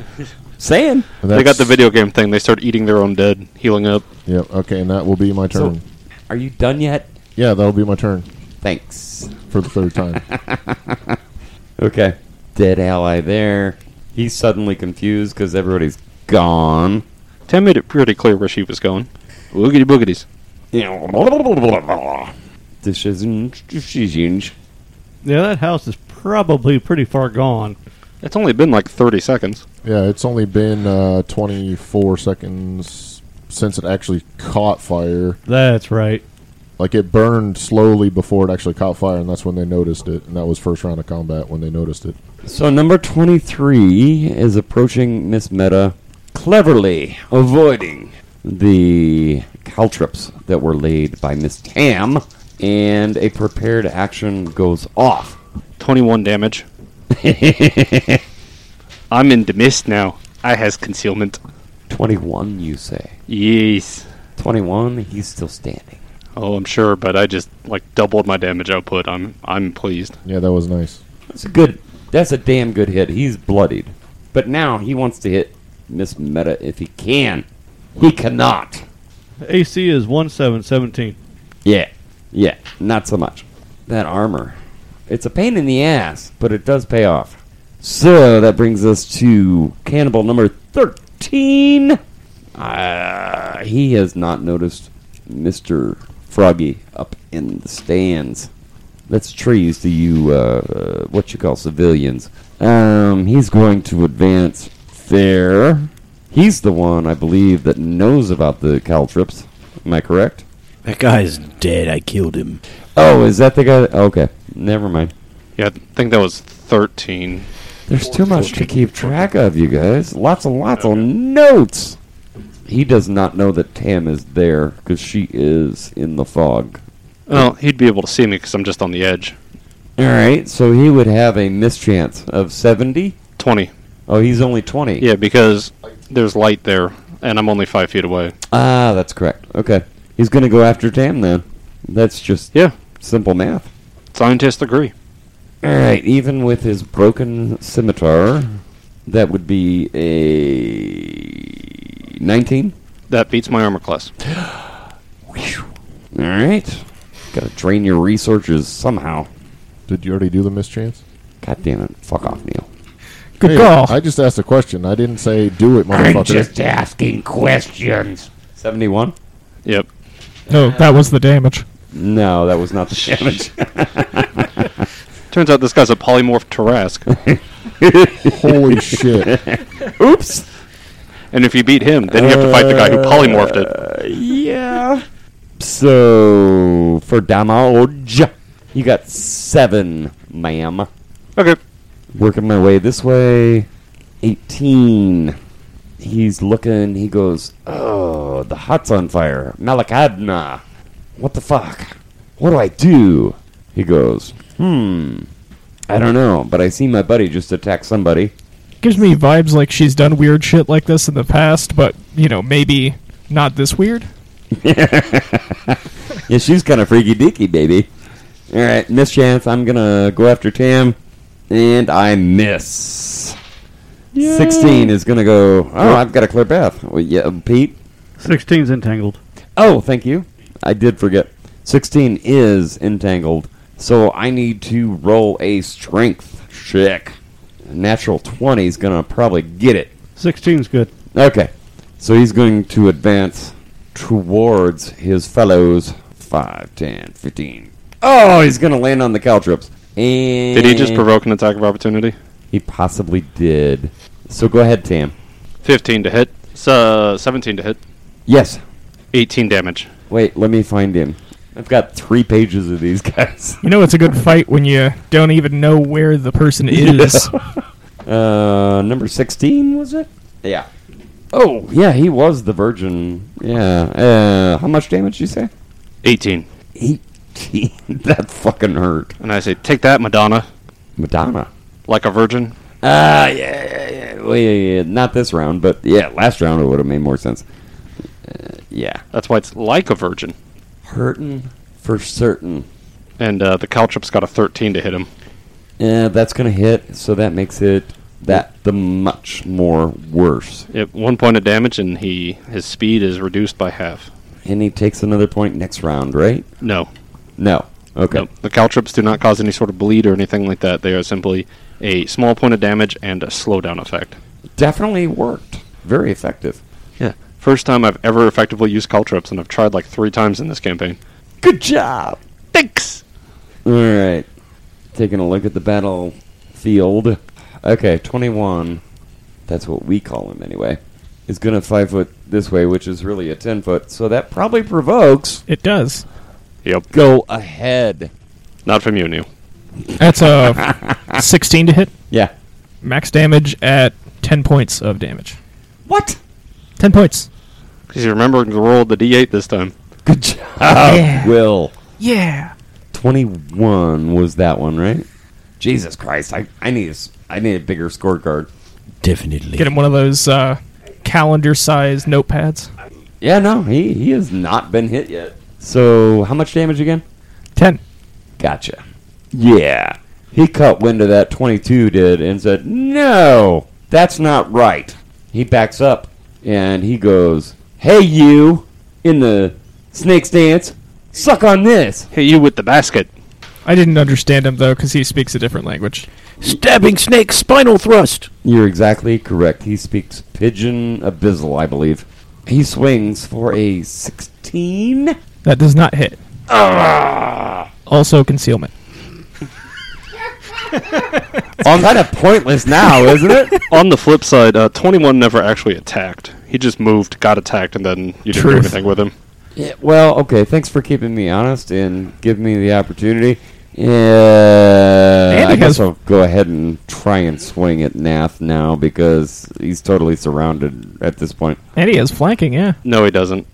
saying.
and
They
that's-
got the video game thing. They start eating their own dead, healing up.
Yep. Okay, and that will be my
So-
turn.
Are you done yet?
yeah, that'll be my turn
Thanks.
for the third time.
Okay. Dead ally there. He's suddenly confused because everybody's gone.
Tam made it pretty clear where she was going. Oogity boogities.
Decision. decisions.
Yeah, that house is probably pretty far gone.
It's only been like 30 seconds.
yeah, it's only been uh, 24 seconds since it actually caught fire.
That's right.
Like it burned slowly before it actually caught fire, and that's when they noticed it. And that was first round of combat when they noticed it.
So number 23 is approaching Miss Meta cleverly, avoiding the caltrops that were laid by Miss Tam, and a prepared action goes off.
21 damage. I'm in the mist now. I has concealment.
21, you say.
Yes.
21, he's still standing.
Oh, I'm sure, but I just like doubled my damage output. I'm I'm pleased.
Yeah, that was nice.
That's a good, that's a damn good hit. He's bloodied. But now he wants to hit Miss Meta if he can. He cannot.
AC is one seven seventeen.
Yeah. Yeah. Not so much. That armor. It's a pain in the ass, but it does pay off. So that brings us to cannibal number 13. Uh, he has not noticed Mr. Froggy up in the stands. That's trees to you, uh, what you call civilians. Um, he's going to advance there. He's the one, I believe, that knows about the caltrips. Am I correct?
That guy's dead. I killed him.
Oh, is that the guy? That, okay, never mind.
Yeah, I think that was 13.
There's too much to keep track of, you guys. Lots and lots of notes. He does not know that Tam is there because she is in the fog.
Well, he'd be able to see me because I'm just on the edge.
All right, so he would have a mischance of 70.
20.
Oh, he's only 20.
Yeah, because there's light there, and I'm only five feet away.
Ah, that's correct. Okay. He's going to go after Tam then. That's just
Yeah.
simple math.
Scientists agree.
All right, even with his broken scimitar, that would be a 19.
That beats my armor class.
All right. Got to drain your resources somehow.
Did you already do the mischance?
God damn it. Fuck off, Neil.
Good
Hey,
call.
I just asked a question. I didn't say do it, motherfucker.
asking questions. 71?
Yep.
no, that was the damage.
No, that was not the damage.
Turns out this guy's a polymorph Tarask,
Holy shit!
Oops.
and if you beat him, then you have to fight the guy who polymorphed it.
yeah. So, for damage, you got seven, ma'am.
Uh, Okay.
Working my way this way. 18. He's looking. He goes, Oh, the hut's on fire. Malakadna. What the fuck? What do I do? He goes, Hmm. I don't know, but I see my buddy just attack somebody.
Gives me vibes like she's done weird shit like this in the past, but, you know, maybe not this weird.
Yeah, she's kind of freaky deaky, baby. All right, miss chance. I'm gonna go after Tam, and I miss. Sixteen is gonna go. Oh, I've got a clear path. Well, yeah, Pete.
16's entangled.
Oh, thank you. I did forget. Sixteen is entangled, so I need to roll a strength check. A natural twenty is gonna probably get it.
16's good.
Okay. So he's going to advance towards his fellows 5, 10, 15. Oh, he's going to land on the caltrops. And
Did he just provoke an attack of opportunity?
He possibly did. So go ahead, Tam.
15 to hit. So 17 to hit.
Yes.
18 damage.
Wait, let me find him. I've got three pages of these guys.
You know, it's a good fight when you don't even know where the person is.
Uh, number 16, was it? Yeah. Oh, yeah, he was the virgin. Yeah. Uh, how much damage did you say?
18.
18. that fucking hurt.
And I say, take that, Madonna,
Madonna.
like a virgin.
Ah, uh, yeah, yeah, yeah. Well, yeah, yeah, yeah. Not this round, but yeah, last round it would have made more sense. Uh, yeah.
That's why it's like a virgin.
Hurting for certain.
And uh, the Caltrip's got a 13 to hit him.
Yeah, that's going to hit, so that makes it that the much more worse.
Yep, one point of damage, and he his speed is reduced by half.
And he takes another point next round, right?
No,
No. Okay.
no. The Caltrips do not cause any sort of bleed or anything like that. They are simply a small point of damage and a slowdown effect.
Definitely worked. Very effective.
Yeah. First time I've ever effectively used Caltrips, and I've tried like three times in this campaign.
Good job.
Thanks!
All right. Taking a look at the battlefield. Okay, 21. That's what we call him anyway. Is going to 5 foot this way, which is really a 10 foot. So that probably provokes.
it does.
Yep.
Go ahead.
Not from you, Neil.
That's a 16 to hit.
Yeah.
Max damage at 10 points of damage.
What?
10 points.
Because you remember to roll the d8 this time.
Good job, Will.
Yeah.
21 was that one, right? Jesus Christ. I, I need a, s- I need a bigger scorecard.
Definitely.
Get him one of those uh, calendar sized notepads.
Yeah, no, he, he has not been hit yet. So, how much damage again?
10.
Gotcha. Yeah. He caught wind of that 22 did and said, No, that's not right. He backs up and he goes, Hey, you, in the snake's dance, suck on this.
Hit you with the basket.
I didn't understand him, though, because he speaks a different language.
Stabbing snake spinal thrust.
You're exactly correct. He speaks Pigeon Abyssal, I believe. He swings for a 16.
That does not hit.
Ah.
Also, concealment.
I'm kind of pointless now, isn't it?
On the flip side, uh, 21 never actually attacked. He just moved, got attacked, and then you didn't do
Truth.
anything with him.
Yeah, well, okay. Thanks for keeping me honest and giving me the opportunity. Yeah, I
Andy
guess
has-
I'll go ahead and try and swing at Nath now because he's totally surrounded at this point.
And he is flanking, yeah.
No, he doesn't.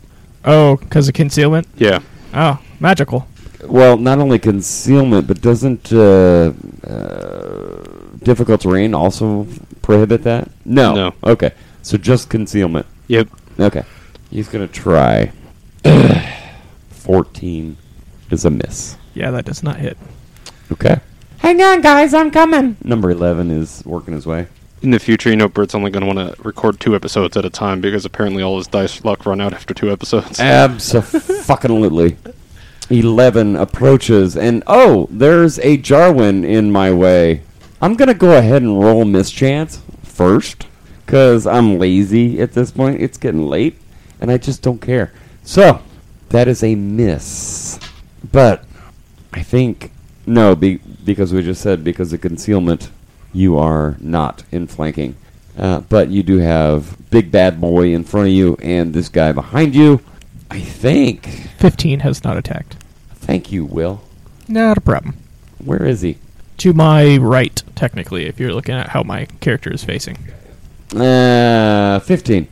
Oh, because of concealment?
Yeah.
Oh, magical.
Well, not only concealment, but doesn't uh, uh, difficult terrain also prohibit that? No.
No.
Okay. So just concealment.
Yep.
Okay. He's gonna try. Fourteen is a miss.
Yeah, that does not hit.
Okay. Hang on, guys. I'm coming. Number eleven is working his way.
In the future, you know, Bert's only going to want to record two episodes at a time because apparently all his dice luck run out after two episodes.
Absolutely. 11 approaches, and oh, there's a Jarwin in my way. I'm going to go ahead and roll Mischance first, because I'm lazy at this point. It's getting late, and I just don't care. So, that is a miss. But, I think, no, be, because we just said, because of concealment, you are not in flanking. Uh, but you do have Big Bad Boy in front of you, and this guy behind you. I think.
15 has not attacked.
Thank you, Will.
Not a problem.
Where is he?
To my right, technically, if you're looking at how my character is facing.
Uh, 15.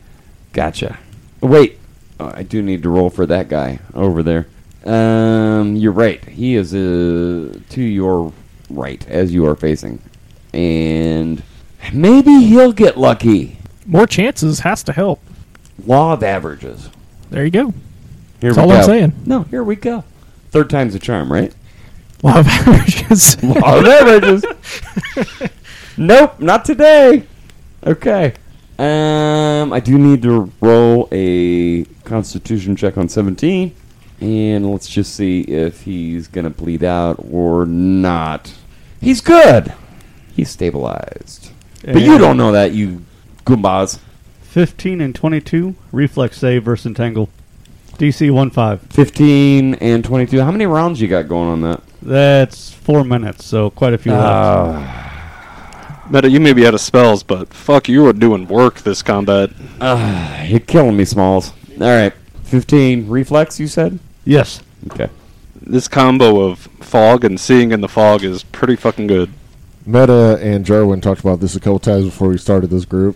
Gotcha. Wait. Oh, I do need to roll for that guy over there. Um, you're right. He is uh, to your right as you are facing. And maybe he'll get lucky.
More chances has to help.
Law of averages.
There you go.
Here
That's
we
all
go.
I'm saying.
No, here we go. Third time's a charm, right?
Law of averages.
Law of averages. nope, not today. Okay. Um, I do need to roll a Constitution check on seventeen, and let's just see if he's gonna bleed out or not. He's good. He's stabilized, but you
And
don't know that, you goombas.
15 and 22, reflex save versus entangle. DC 1 5.
Fifteen and twenty-two. How many rounds you got going on that?
That's four minutes, so quite a few left.
Ah.
Meta, you may be out of spells, but fuck, you are doing work this combat.
Ah, you're killing me, Smalls. All right, fifteen reflex. You said
Yes.
okay.
This combo of fog and seeing in the fog is pretty fucking good.
Meta and Jarwin talked about this a couple times before we started this group.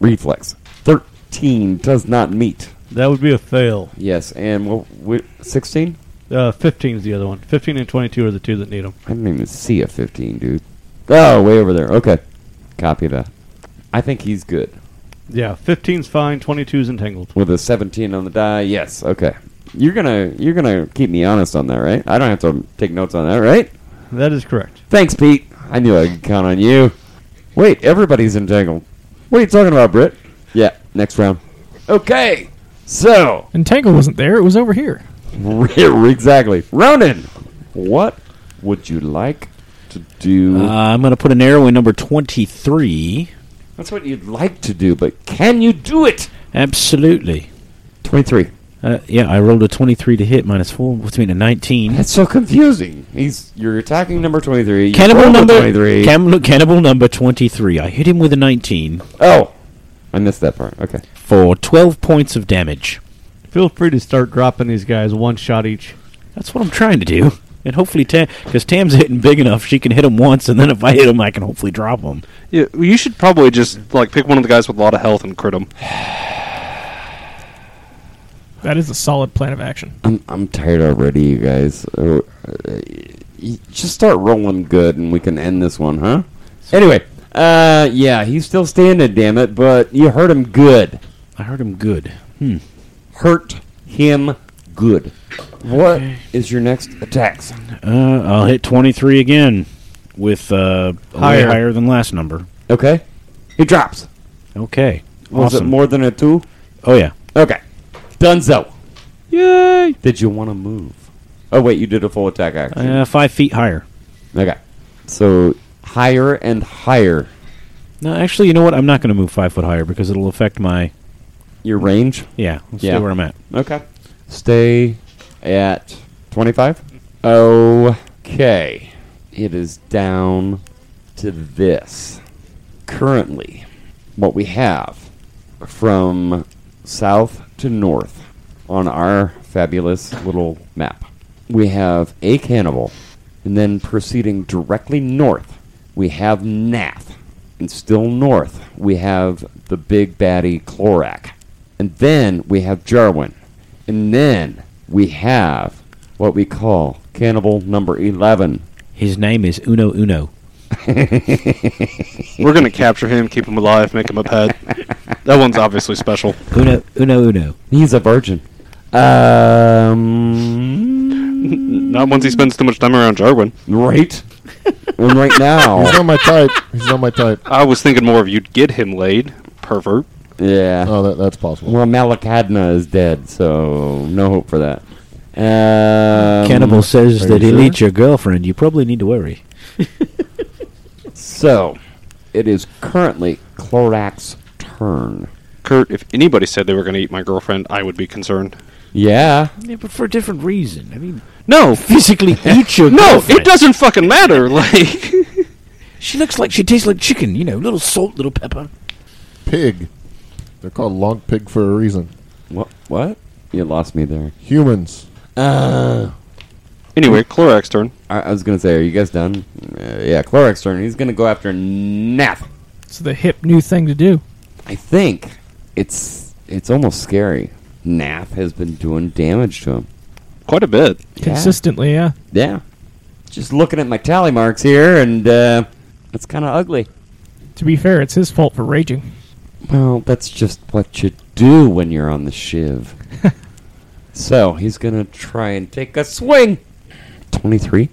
reflex. 13 does not meet.
That would be a fail.
Yes, and what? wi- 16?
Uh, 15 is the other one. 15 and 22 are the two that need them.
I didn't even see a 15, dude. Oh, way over there. Okay. Copy that. I think he's good.
Yeah, 15's fine, 22's entangled.
With a 17 on the die, yes. Okay. You're gonna you're gonna keep me honest on that, right? I don't have to take notes on that, right?
That is correct.
Thanks, Pete. I knew I could count on you. Wait, everybody's entangled. What are you talking about, Britt? Yeah, next round. Okay. So
Entangle wasn't there, it was over here.
exactly. Ronan, what would you like to do?
Uh, I'm going to put an arrow in number 23.
That's what you'd like to do, but can you do it?
Absolutely.
23.
Uh, yeah, I rolled a 23 to hit minus 4, which means a 19.
That's so confusing. He's you're attacking number 23. you
Cannibal
rolled a
number,
23.
cam- cannibal number 23. I hit him with a 19
oh. I missed that part. Okay.
for 12 points of damage.
Feel free to start dropping these guys one shot each.
That's what I'm trying to do. And hopefully, Tam, because Tam's hitting big enough, she can hit him once, and then if I hit him, I can hopefully drop him.
Yeah, well, you should probably just like pick one of the guys with a lot of health and crit him.
That is a solid plan of action.
I'm I'm tired already, you guys. Uh, uh, y- just start rolling good, and we can end this one, huh? Anyway, uh, yeah, he's still standing, damn it, but you hurt him good.
I heard him good. Hmm.
hurt him good. What is your next attacks?
Uh, I'll hit 23 again with uh, higher.
Higher.
higher than last number.
Okay. He drops.
Okay.
Was it
awesome.
more than a two?
Oh, yeah.
Okay. Dunzo. Yay! Did you want to move? Oh wait, you did a full attack action.
Uh, five feet higher.
okay. So higher and higher
No, actually, you know what? I'm not going to move five foot higher because it'll affect my.
your range.
Yeah, let's
Yeah.
stay where I'm at.
Okay. Stay at twenty five. Okay. It is down to this. currently what we have from south to north on our fabulous little map. We have a cannibal, and then proceeding directly north, we have Nath, and still north, we have the big baddie Clorak, and then we have Jarwin, and then we have what we call cannibal number 11.
His name is Uno Uno.
We're gonna capture him, keep him alive, make him a pet. That one's obviously special.
Uno, uno, uno.
He's a virgin. Um,
Not once he spends too much time around Jarwin.
right. and right
He's
now,
not my type. He's not my type.
I was thinking more of you'd get him laid, pervert.
yeah.
Oh, that, that's possible.
Well, Malakadna is dead, so no hope for that. Um,
Cannibal says
are
that
you
he'll
sure?
eat your girlfriend. You probably need to worry.
So, it is currently Clorac's turn.
Kurt, if anybody said they were gonna eat my girlfriend, I would be concerned.
Yeah.
Yeah, but for a different reason. I mean,
No,
physically eat your
no,
girlfriend.
it doesn't fucking matter. Like,
She looks like she tastes like chicken. You know, little salt, little pepper.
Pig. They're called long pig for a reason.
What? What? You lost me there.
Humans.
anyway, Clorac's turn.
I, I was gonna say, are you guys done? Uh, yeah, Clorac's turn. He's gonna go after Nath.
It's the hip new thing to do.
I think it's it's almost scary. Nath has been doing damage to him.
Quite a bit.
Consistently, yeah.
Yeah. Just looking at my tally marks here, and uh, it's kind of ugly.
To be fair, it's his fault for raging.
Well, that's just what you do when you're on the shiv. so he's gonna try and take a swing. Twenty-three.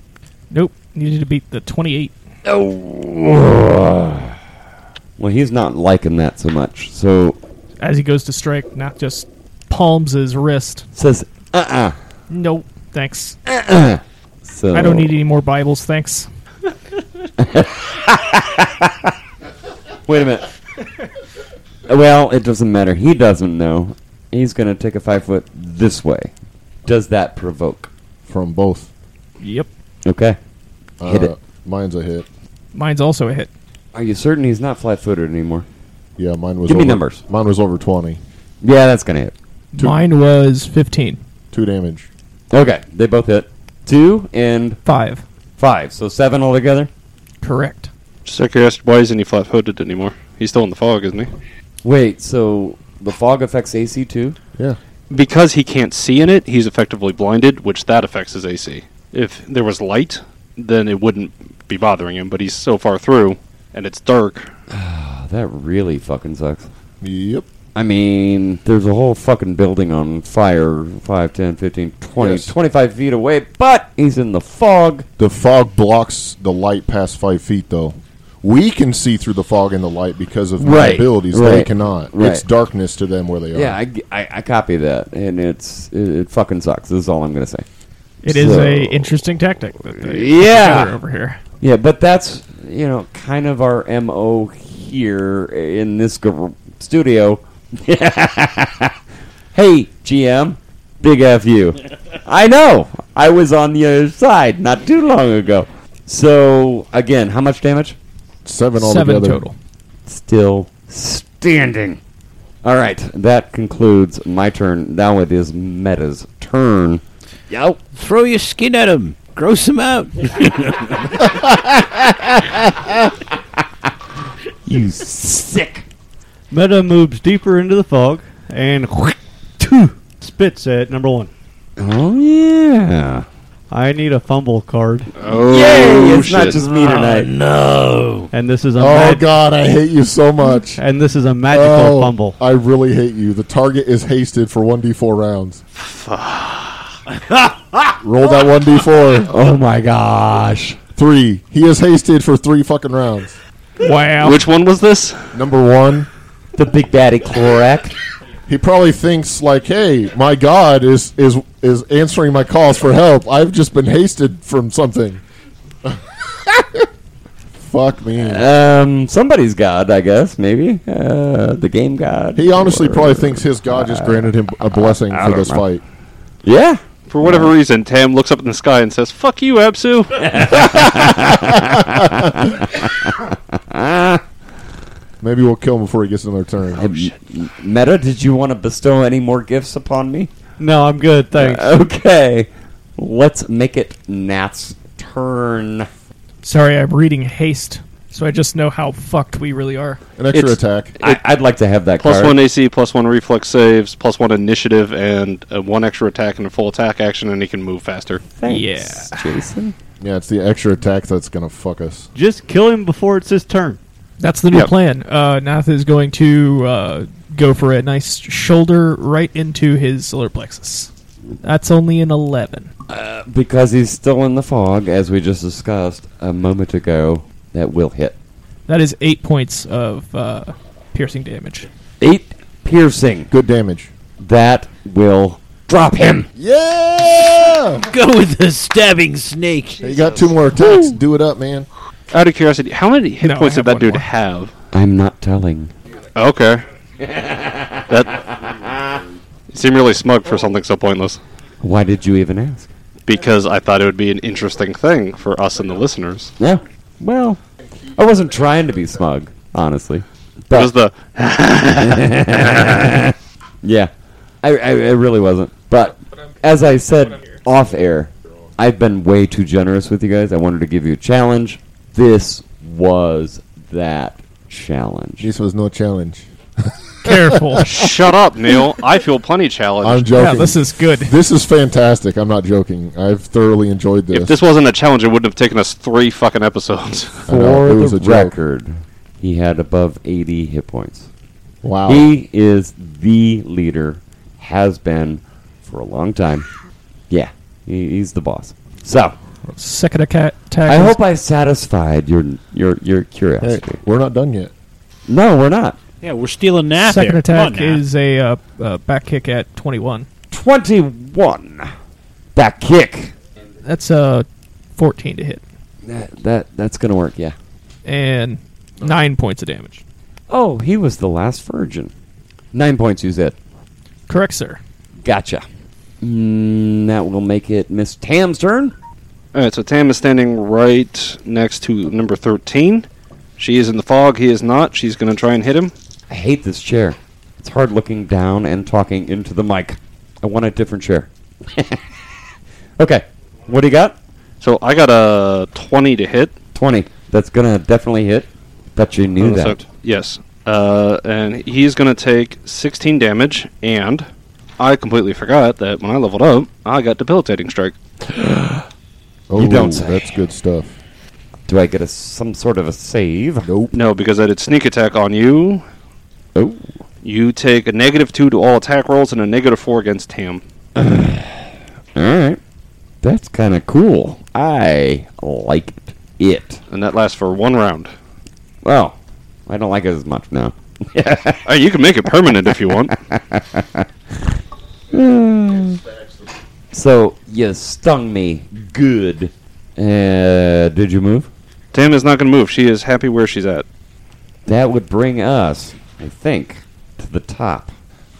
Nope. Needed to beat the 28.
Well, he's not liking that so much. So
As he goes to strike, not just palms his wrist.
says, uh-uh.
Nope. Thanks.
So
I don't need any more Bibles, thanks.
Wait a minute. well, it doesn't matter. He doesn't know. He's gonna take a five foot this way. Does that provoke?
From both. Uh,
Yep.
Okay. Hit it.
Mine's a hit.
Mine's also a hit.
Are you certain he's not flat footed anymore?
Yeah, mine was.
Give me
over-
numbers.
Mine was over twenty.
Yeah, that's gonna hit.
Mine was 15.
Two damage.
Okay, they both hit. Two and
5.
five, so seven altogether.
Correct.
Just out of curiosity, why isn't he flat footed anymore? He's still in the fog, isn't he?
Wait, so the fog affects AC too?
Yeah.
Because he can't see in it, he's effectively blinded, which that affects his AC. If there was light, then it wouldn't be bothering him, but he's so far through and it's dark.
Oh, that really fucking sucks.
Yep.
I mean, there's a whole fucking building on fire 5, 10, 15, 20,
Yes.
25 feet away, but he's in the fog.
The fog blocks the light past five feet, though. We can see through the fog and the light because of my
Right,
abilities. They
right,
cannot.
right.
It's darkness to them where they are.
Yeah, I, g- I- I copy that, and it's it, it fucking sucks. This is all I'm gonna say.
It is
So-
a interesting tactic. That they
Yeah.
together over here.
Yeah, but that's you know kind of our mo here in this gr- studio. hey GM, big f you. I know. I was on the other side not too long ago. So again, how much damage?
Seven altogether.
Seven total.
Still standing. All right, that concludes my turn. Now it is Meta's turn. Yo.
Throw your skin at him. Gross him out.
You sick.
Meta moves deeper into the fog and spits at number one.
Oh yeah.
I need a fumble card,
Oh,
Yay! It's not just me tonight.
no.
and this is a
Oh
mag-
God, I hate you so much.
and this is a magical
Oh,
fumble.
I really hate you. The target is hasted for one d four rounds. Roll that one d four.
Oh my gosh.
Three. He is hasted for three fucking rounds.
Wow.
Which one was this?
Number one.
The big daddy Clorak.
He probably thinks like, "Hey, my God is is is answering my calls for help. I've just been hasted from something." Fuck me.
um, somebody's god, I guess, maybe. Uh, the game god.
He honestly probably thinks his God just granted him a blessing for this fight.
Yeah.
For whatever reason, Tam looks up in the sky and says, Fuck you, Absu.
Maybe we'll kill him before he gets another turn.
Um,
Meta, did you want to bestow any more gifts upon me?
No, I'm good, thanks.
Okay. Let's make it Nat's turn.
Sorry, I'm reading haste, so I just know how fucked we really are.
An extra
It's-
attack.
I, I'd like to have that
Plus
card.
one AC, plus one reflex saves, plus one initiative, and uh, one extra attack and a full attack action, and he can move faster.
Thanks,
Yeah.
Jason.
Yeah, it's the extra attack that's going to fuck us.
Just kill him before it's his turn.
That's the new
Yep.
plan. Uh, Nath is going to uh, go for a nice shoulder right into his solar plexus. That's only an 11.
Because he's still in the fog, as we just discussed a moment ago, that will hit.
That is eight points of uh, piercing damage.
Eight piercing.
Good damage.
That will drop him.
Yeah!
Go with the stabbing snake.
You got two more attacks. Do it up, man.
Out of curiosity, how many hit
No, I
points did
have
that
one
dude
more.
have?
I'm not telling.
Okay. that you seem really smug for something so pointless.
Why did you even ask?
Because I thought it would be an interesting thing for us and the listeners.
Yeah. Well, I wasn't trying to be smug, honestly.
It was the
Yeah, I, I, I really wasn't. But as I said off air, I've been way too generous with you guys. I wanted to give you a challenge. This was that challenge.
This was no challenge.
Careful.
shut up, Neil. I feel plenty
I'm
challenged.
joking.
yeah, this is good.
This is fantastic. I'm not joking. I've thoroughly enjoyed this.
if this wasn't a challenge, it wouldn't have taken us three fucking episodes.
I know,
For
it was
the
a joke.
record, he had above 80 hit points.
wow.
He is the leader, has been for a long time. Yeah, he, he's the boss. So
Second attack.
I hope I satisfied your your your
Hey,
curiosity.
we're not done yet.
No, we're not.
Yeah, we're stealing Nath.
Second
here. Come on,
attack
Nath.
is a uh, uh, back kick at 21.
21. Back kick.
That's uh, 14 to hit.
That, that that's gonna work, yeah.
And nine points of damage.
Oh, he was the last virgin. Nine points, you said.
Correct, sir.
Gotcha. Mm, that will make it Miss Tam's turn.
All right, so Tam is standing right next to number 13. She is in the fog. He is not. She's going to try and hit him.
I hate this chair. It's hard looking down and talking into the mic. I want a different chair. okay, what do you got?
So I got a 20 to hit.
Twenty. That's gonna definitely hit. Bet you knew
Uh, so-
that.
yes. Uh, and he's going to take 16 damage. And I completely forgot that when I leveled up, I got debilitating strike.
Oh,
don't say.
that's good stuff.
Do I get a some sort of a save?
Nope.
No, because I did sneak attack on you.
Oh,
You take a negative two to all attack rolls and a negative four against Tam.
all right. That's kind of cool. I like it.
And that lasts for one round.
Well, I don't like it as much now.
Hey, you can make it permanent if you want.
So you stung me good. Uh, did you move?
Tam is not going to move. She is happy where she's at.
That would bring us, I think, to the top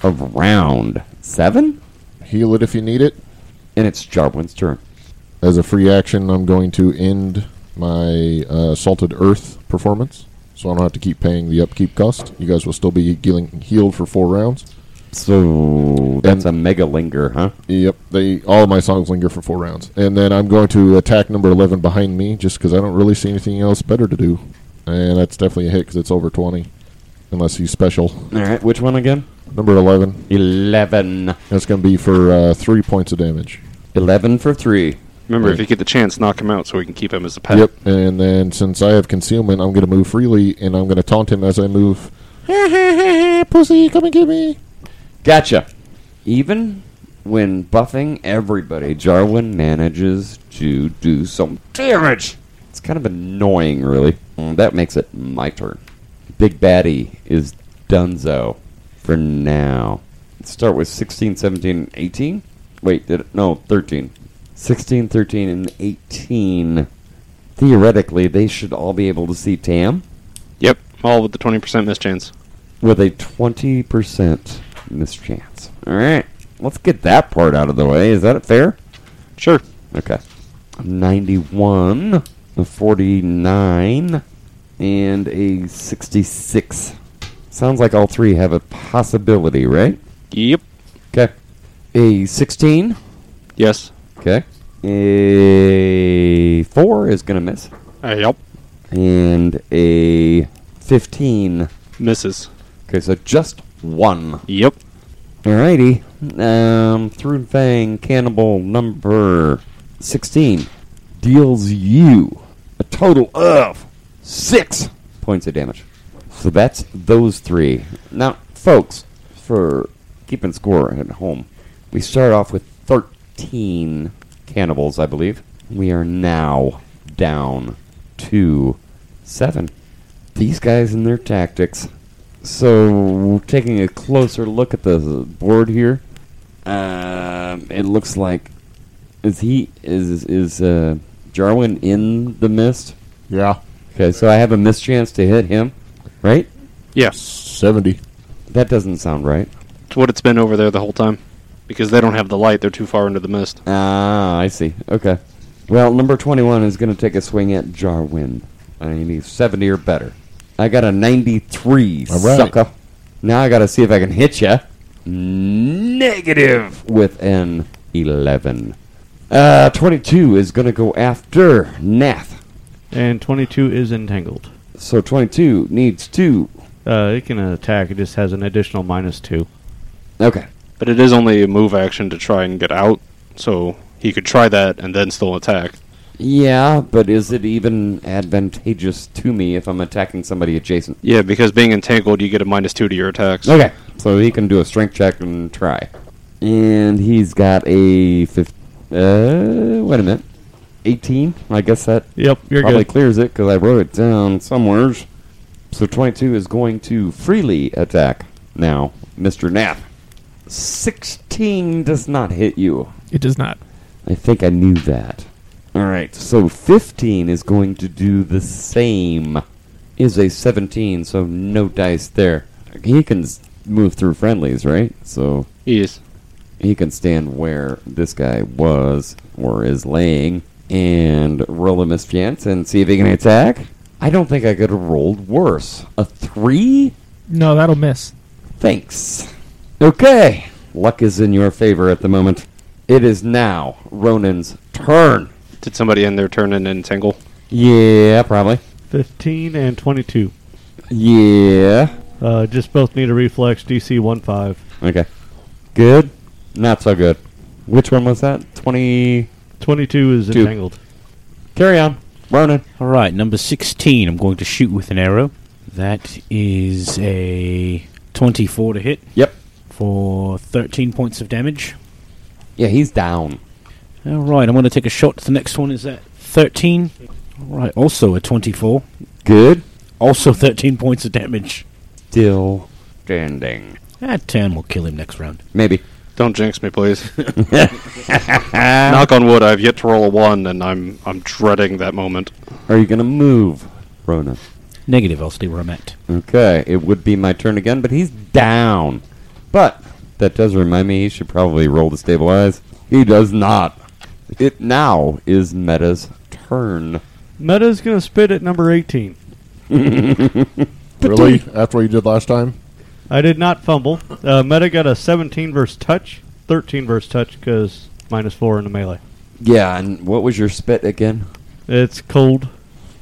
of round seven,
Heal it if you need it.
and it's Jarwin's turn.
As a free action, I'm going to end my uh, Salted Earth performance, so I don't have to keep paying the upkeep cost. You guys will still be healing, healed for four rounds.
So that's a
And-
mega linger, huh?
Yep, they all of my songs linger for four rounds, and then I'm going to attack number eleven behind me, just because I don't really see anything else better to do, and that's definitely a hit because it's over twenty, unless he's special.
All right, which one again?
Number eleven,
Eleven.
that's going to be for uh, three points of damage.
Eleven for three.
Remember, if
Right.
you get the chance, knock him out so we can keep him as a pet.
Yep, and then since I have concealment, I'm going to move freely, and I'm going to taunt him as I move. Pussy, come and get me!
Gotcha. Even when buffing everybody, Jarwin manages to do some damage. It's kind of annoying, really. Mm, That makes it my turn. Big Baddie is Dunzo for now. Let's start with 16, 17, and 18. Wait, did it, no, 13. 16, 13, and 18. Theoretically, they should all be able to see Tam
Yep. All with the 20% mischance.
with a 20% mischance. All right. Let's get that part out of the way. Is that fair?
Sure.
Okay. 91, a 49, and a 66. Sounds like all three have a possibility, right?
Yep.
Okay. A 16.
Yes.
Okay. A 4 is going to miss.
Uh, yep.
And a 15.
Misses.
Okay, so just one.
Yep.
Alrighty. Um, Throon Fang Cannibal number 16. deals you a total of six points of damage. So that's those three. Now, folks, for keeping score at home, we start off with 13 cannibals, I believe. We are now down to seven. These guys and their tactics. So, taking a closer look at the board here, um, it looks like is he is is uh, Jarwin in the mist?
Yeah.
Okay, so I have a missed chance to hit him, right?
Yes,
70.
That doesn't sound right.
it's what it's been over there the whole time, because they don't have the light; they're too far into the mist.
Ah, I see. Okay. Well, number 21 is going to take a swing at Jarwin. I need 70 or better. I got a 93,
All right.
sucker. Now I got to see if I can hit you. Negative with an 11. Uh, 22 is going to go after Nath.
And 22 is entangled.
So 22 needs two.
Uh, it can attack. It just has an additional minus two.
Okay.
But it is only a move action to try and get out, so he could try that and then still attack.
Yeah, but is it even advantageous to me if I'm attacking somebody adjacent?
Yeah, because being entangled, you get a minus two to your attacks.
Okay, so he can do a strength check and try. And he's got a fif- uh wait a minute. 18. I guess that
Yep, you're
probably
good.
clears it cuz I wrote it down somewheres. So 22 is going to freely attack now, Mr. Nap. 16 does not hit you.
It does not.
I think I knew that. All right, so 15 is going to do the same. Is a 17, so no dice there. He can s- move through friendlies, right? So
He is.
he can stand where this guy was or is laying and roll a mischance and see if he can attack. I don't think I could have rolled worse. A 3?
No, that'll miss.
Thanks. Okay. Luck is in your favor at the moment. It is now Ronan's turn.
Did somebody end their turn and entangle?
Yeah, probably.
15 and 22.
Yeah.
Uh, just both need a reflex DC 1-5.
Okay. Good. Not so good. Which one was that? 20.
22 is
Two.
entangled.
Carry on. Ronan.
All right, number 16, I'm going to shoot with an arrow. That is a 24 to hit
Yep.
for 13 points of damage.
Yeah, he's down.
All right, I'm going to take a shot. The next one is at 13. All right, also a 24.
Good.
Also 13 points of damage.
Still standing.
That 10 will kill him next round.
Maybe.
Don't jinx me, please. Knock on wood. I've yet to roll a one, and I'm I'm dreading that moment.
Are you going to move, Ronan?
Negative, I'll stay where I'm at.
Okay, it would be my turn again, but he's down. But that does remind me he should probably roll to stabilize. He does not. It now is Meta's turn.
Meta's going to spit at number 18.
Really? After what you did last time?
I did not fumble. Uh, Meta got a 17 versus touch, 13 versus touch because minus 4 in the melee.
Yeah, and what was your spit again?
It's cold.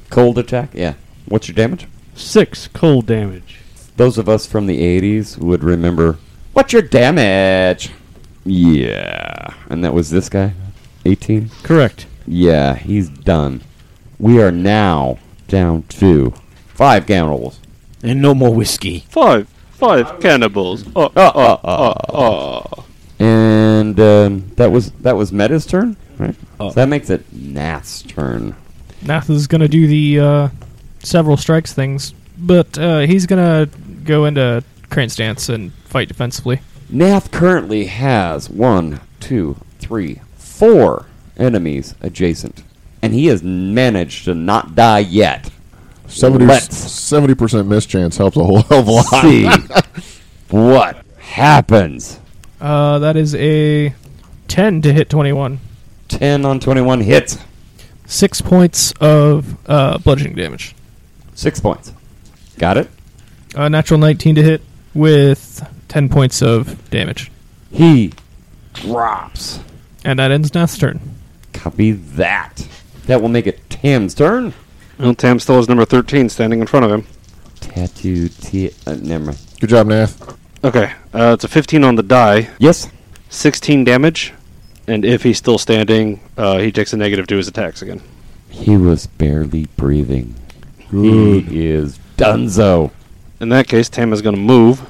Cold attack? Yeah. What's your damage?
6 cold damage.
Those of us from the 80s would remember, what's your damage? Yeah. And that was this guy? 18?
Correct.
Yeah, he's done. We are now down to five cannibals.
And no more whiskey.
Five, five cannibals. Oh,
Uh, uh, uh.
oh, oh.
And um, that was that was Meta's turn, right? So that makes it Nath's turn.
Nath is going to do the uh, several strikes things, but uh, he's going to go into crane stance and fight defensively.
Nath currently has one, two, three, four enemies adjacent, and he has managed to not die yet.
70,
Let's.
70% miss chance helps a whole hell of a lot.
See what happens.
Uh, that is a 10 to hit 21.
Ten on twenty-one hits,
Six points of uh, bludgeoning damage.
six points. Got it.
A natural 19 to hit with 10 points of damage.
He drops.
And that ends Nath's turn.
Copy that. That will make it Tam's turn.
Well, Tam still has number thirteen standing in front of him.
Tattoo. T- uh, never mind.
Good job, Nath.
Okay, uh, it's a fifteen on the die,
Yes.
sixteen damage, and if he's still standing, uh, he takes a negative to his attacks again.
He was barely breathing. He is donezo.
In that case, Tam is going to move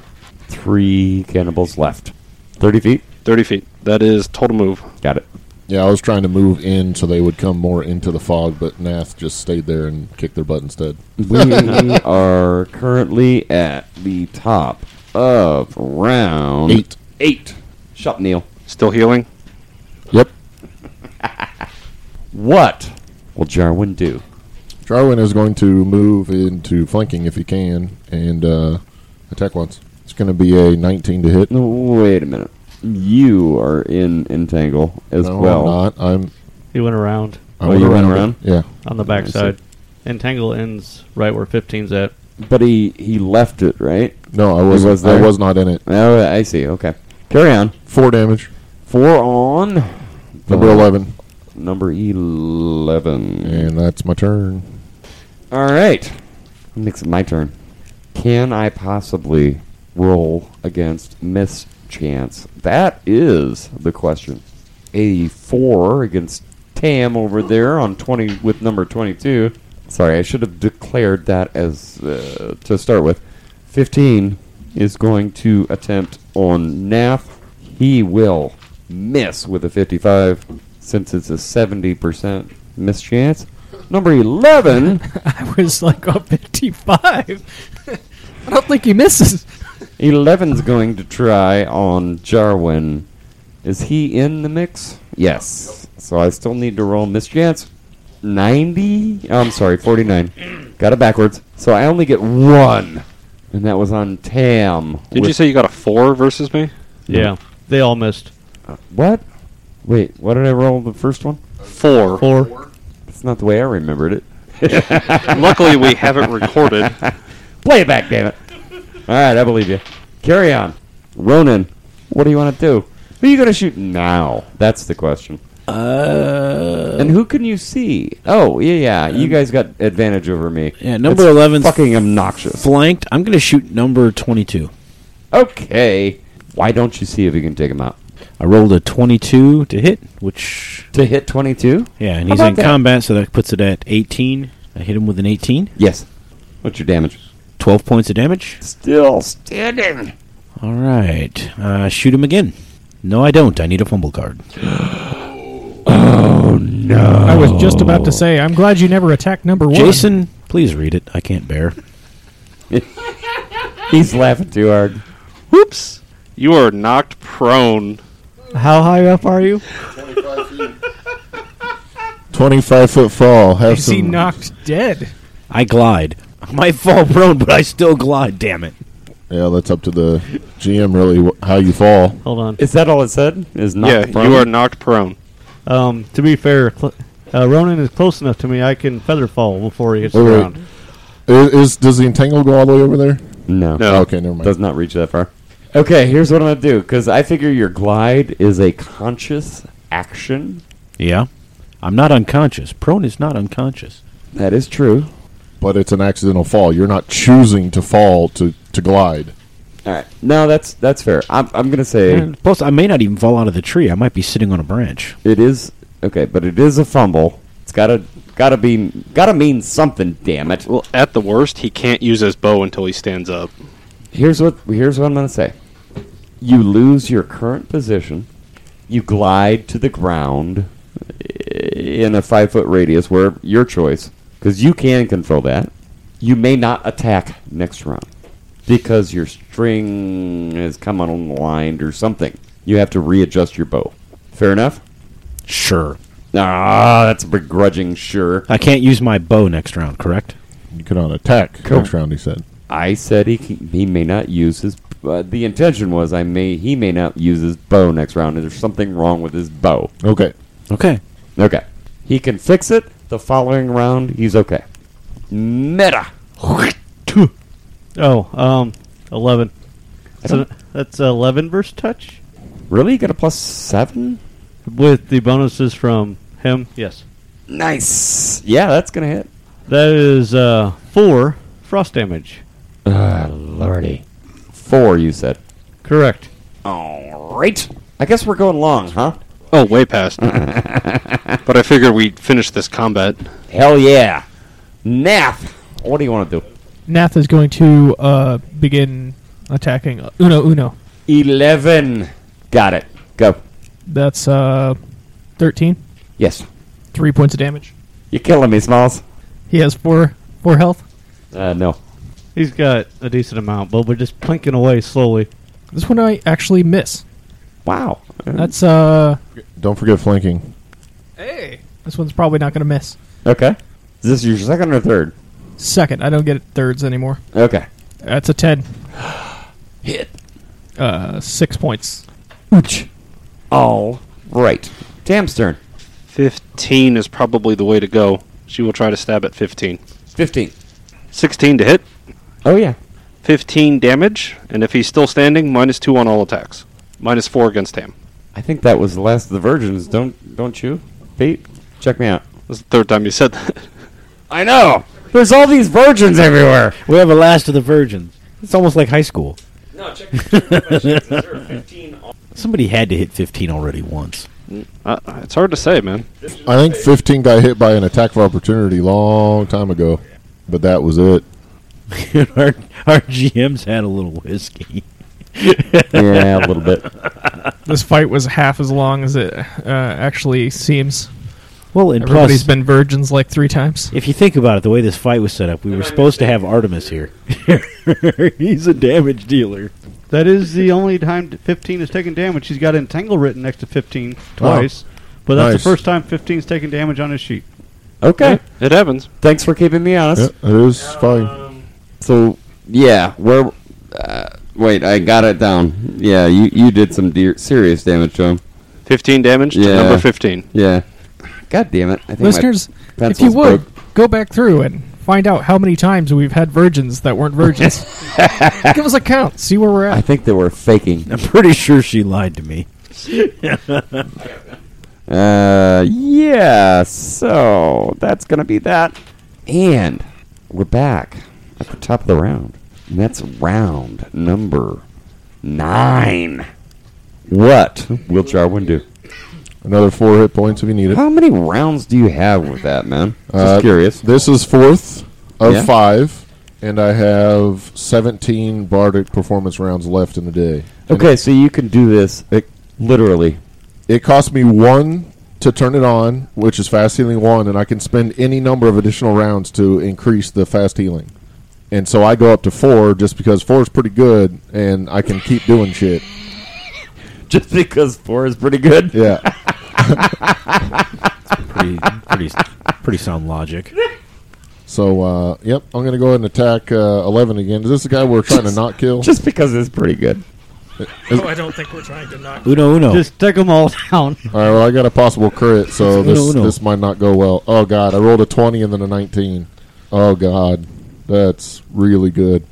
Three cannibals left. 30 feet?
30 feet. That is total move.
Got it.
Yeah, I was trying to move in so they would come more into the fog, but Nath just stayed there and kicked their butt instead.
We are currently at the top of round
Eight.
Eight. Shut up, Neil.
Still healing.
Yep.
What will Jarwin do?
Jarwin is going to move into flanking if he can and uh, attack once. It's going to be a 19 to hit.
No, wait a minute. You are in entangle as
no,
well.
I'm not. I'm.
He went around
I'm
Oh, you went
around.
around?
Yeah.
on the
I see.
backside. Entangle ends right where 15's at.
But he, he left it, right?
No, I
He
wasn't.
was
I
there.
was not in it.
Oh, I see. Okay. Carry on.
Four damage.
Four on.
Number
Uh,
11.
Number 11.
And that's my turn.
All right. Makes it my turn. Can I possibly roll against Miss Chance? That is the question. A four against Tam over there on twenty with number twenty-two. Sorry, I should have declared that as uh, to start with. Fifteen is going to attempt on Nath. He will miss with a fifty-five since it's a seventy percent miss chance. Number eleven.
I was like oh, 55. I don't think he misses.
11's going to try on Jarwin. Is he in the mix? Yes. So I still need to roll Miss Chance. 90? Oh, I'm sorry, 49. Got it backwards. So I only get one. And that was on Tam.
Did you
with-
say you got a four versus me?
Yeah, they all missed.
What? Wait, what did I roll the first one?
Four.
Four.
That's not the way I remembered it.
Luckily, we have it recorded.
Play it back, damn it. All right, I believe you. Carry on. Ronan, what do you want to do? Who are you going to shoot now? That's the question.
Uh,
And who can you see? Oh, yeah, yeah. You guys got advantage over me.
yeah, number
That's
11 's
Fucking obnoxious.
flanked. I'm going to shoot number 22.
Okay. Why don't you see if you can take him out?
I rolled a 22 to hit, which
To hit 22?
yeah, and
How
he's
about
in
that?
combat, so that puts it at 18. I hit him with an 18,
Yes. What's your damage?
12 points of damage.
Still standing.
All right, uh, shoot him again. No, I don't. I need a fumble card.
I was just about to say, I'm glad you never attacked number one.
Jason, please read it. I can't bear.
He's laughing too hard.
Whoops. You are knocked prone.
How high up are you?
25 foot fall. Have
is he
some-
knocked dead?
I glide. I might fall prone, but I still glide. Damn it!
Yeah, that's up to the GM, really, wh- how you fall.
Hold on.
Is that all it said? Is not
yeah,
prone?
you are knocked prone.
Um, to be fair, cl- uh, Ronan is close enough to me. I can feather fall before he hits the
Wait, wait.
ground.
Is, is Does the entangle go all the way over there?
No.
No.
Okay, never mind.
Does not reach that far. Okay, here's what I'm going to do because I figure your glide is a conscious action.
Yeah, I'm not unconscious. Prone is not unconscious.
That is true.
but it's an accidental fall. You're not choosing to fall to, to glide.
All right. No, that's that's fair. I'm, I'm going to say.
And plus, I may not even fall out of the tree. I might be sitting on a branch.
It is okay, but it is a fumble. It's gotta gotta be gotta mean something. Damn it!
Well, at the worst, he can't use his bow until he stands up.
Here's what here's what I'm gonna say. You lose your current position. You glide to the ground eh, in a five foot radius, where your choice, because you can control that. You may not attack next round because your string has come unaligned or something. You have to readjust your bow. Fair enough.
Sure,
Ah, that's a begrudging sure.
I can't use my bow next round. Correct?
You cannot attack
Cool.
next round, he said.
I said he can, he may not use his. Uh, the intention was I may he may not use his bow next round. There's something wrong with his bow.
Okay.
Okay.
Okay, he can fix it. The following round, he's okay. Meta.
Oh, um, 11.
I
So
don't-
that's 11 versus touch?
really, you got a plus seven.
With the bonuses from him, yes.
Nice. Yeah, that's gonna hit.
That is uh, 4 frost damage.
Ah, lordy. Four, you said.
Correct.
All right. I guess we're going long, huh?
Oh, way past. but I figure we finish this combat.
Hell yeah. Nath, what do you want to do?
Nath is going to uh, begin attacking uh, Uno Uno.
11. Got it. Go.
That's uh, 13.
Yes.
Three points of damage.
You're killing me, Smalls.
He has four four health.
Uh, no.
He's got a decent amount, but we're just plinking away slowly.
This one I actually miss.
Wow.
That's uh.
Don't forget flanking.
Hey. This one's probably not going to miss.
Okay. Is this your second or third?
Second, I don't get thirds anymore.
Okay.
That's a ten.
Hit.
Uh, six points.
Ouch. All right. Tam's turn.
15 is probably the way to go. She will try to stab at 15.
15.
16 to hit,
Oh, yeah.
15 damage, and if he's still standing, minus 2 on all attacks. Minus 4 against him.
I think that was the last of the virgins, don't don't you? Pete, check me out.
That's the third time you said that.
I know. There's all these virgins everywhere.
We have a last of the virgins. It's almost like high school.
No, check. Fifteen.
Somebody had to hit 15 already once.
Uh, it's hard to say, man.
I think 15 got hit by an attack of opportunity long time ago, but that was it.
our, our GM's had a little whiskey.
yeah, a little bit.
This fight was half as long as it uh, actually seems.
Well, and
Everybody's
plus,
been virgins like three times.
if you think about it, the way this fight was set up, we were supposed to have Artemis here. He's a damage dealer.
That is the only time t- 15 has taken damage. He's got Entangle written next to 15 twice. But that's
Nice.
the first time 15's taken damage on his sheet.
Okay.
It happens.
Thanks for keeping me honest.
Yeah, it is fine.
So yeah, where? Uh, wait, I got it down. Yeah, you you did some dear, serious damage to him.
15 damage to
Yeah.
number 15.
Yeah. God damn it! I think my
Listeners, if you
pencil's
would,
broke.
go back through and find out how many times we've had virgins that weren't virgins. Give us a count. See where we're
I
at.
think they were faking.
I'm pretty sure she lied to me.
Uh, yeah. So that's gonna be that. And we're back at the top of the round. And that's round number nine. What will Jarwin do?
Another four hit points if you need it.
How many rounds do you have with that, man? Just
Uh,
curious.
This is fourth of
Yeah.
five, and I have 17 bardic performance rounds left in the day. And
Okay, so you can do this like, literally
It costs me one to turn it on, which is fast healing one, and I can spend any number of additional rounds to increase the fast healing. And so I go up to four just because four is pretty good, and I can keep doing shit.
just because four is pretty good.
Yeah.
Pretty, pretty, pretty sound logic.
So, uh, yep, I'm going to go ahead and attack uh, 11 again. Is this the guy we're trying to not kill?
Just because it's pretty good.
Oh, I don't think we're trying to knock.
Uno,
Oh.
uno.
Just take them all down.
All right, well, I got a possible crit, so
It's
this
uno, uno.
this might not go well. Oh, God, I rolled a 20 and then a 19. Oh, God, that's really good.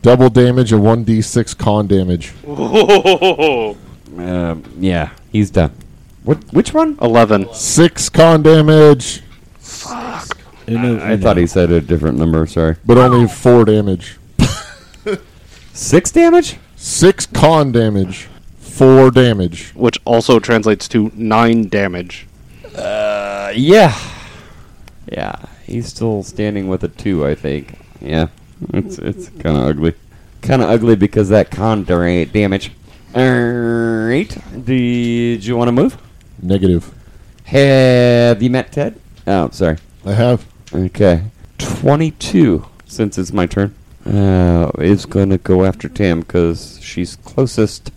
Double damage and 1d6 con damage.
Um, yeah, he's done. What? Which one?
11.
Six con damage,
uno,
I thought he said a different number. Sorry,
but only four damage.
six damage.
Six con damage, four damage.
Which also translates to 9 damage.
Uh, yeah, yeah. He's still standing with a two, I think. Yeah, it's it's kind of ugly. Kind of ugly because that condor ain't damage. All right. Did you want to move?
Negative.
Have you met Ted? Oh, sorry.
I have.
Okay. 22, since it's my turn, uh, is going to go after Tam because she's closest.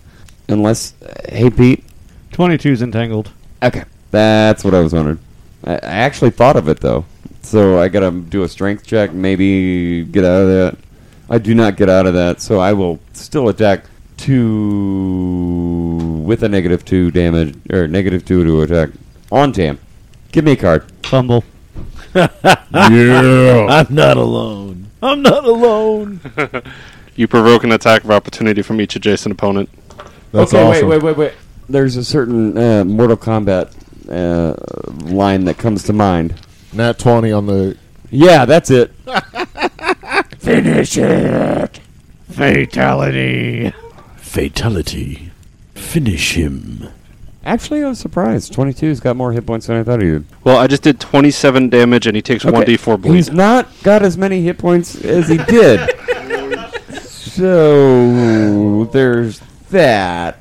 Unless. hey, Pete.
22's entangled.
Okay. That's what I was wondering. I, I actually thought of it, though. So I got to do a strength check, maybe get out of that. I do not get out of that, so I will still attack two with a negative two damage, or negative two to attack on Tam. Give me a card.
Fumble.
I'm not alone. I'm not alone.
You provoke an attack of opportunity from each adjacent opponent.
That's
okay,
awesome.
wait, wait, wait, wait. There's a certain uh, Mortal Kombat uh, line that comes to mind.
Nat 20 on the.
Yeah, that's it. Finish it.
Fatality. Fatality. Finish him.
Actually, I was surprised. 22's got more hit points than I thought he did.
Well, I just did 27 damage, and he takes
Okay.
1d4 bleed.
He's not got as many hit points as he did. so there's that.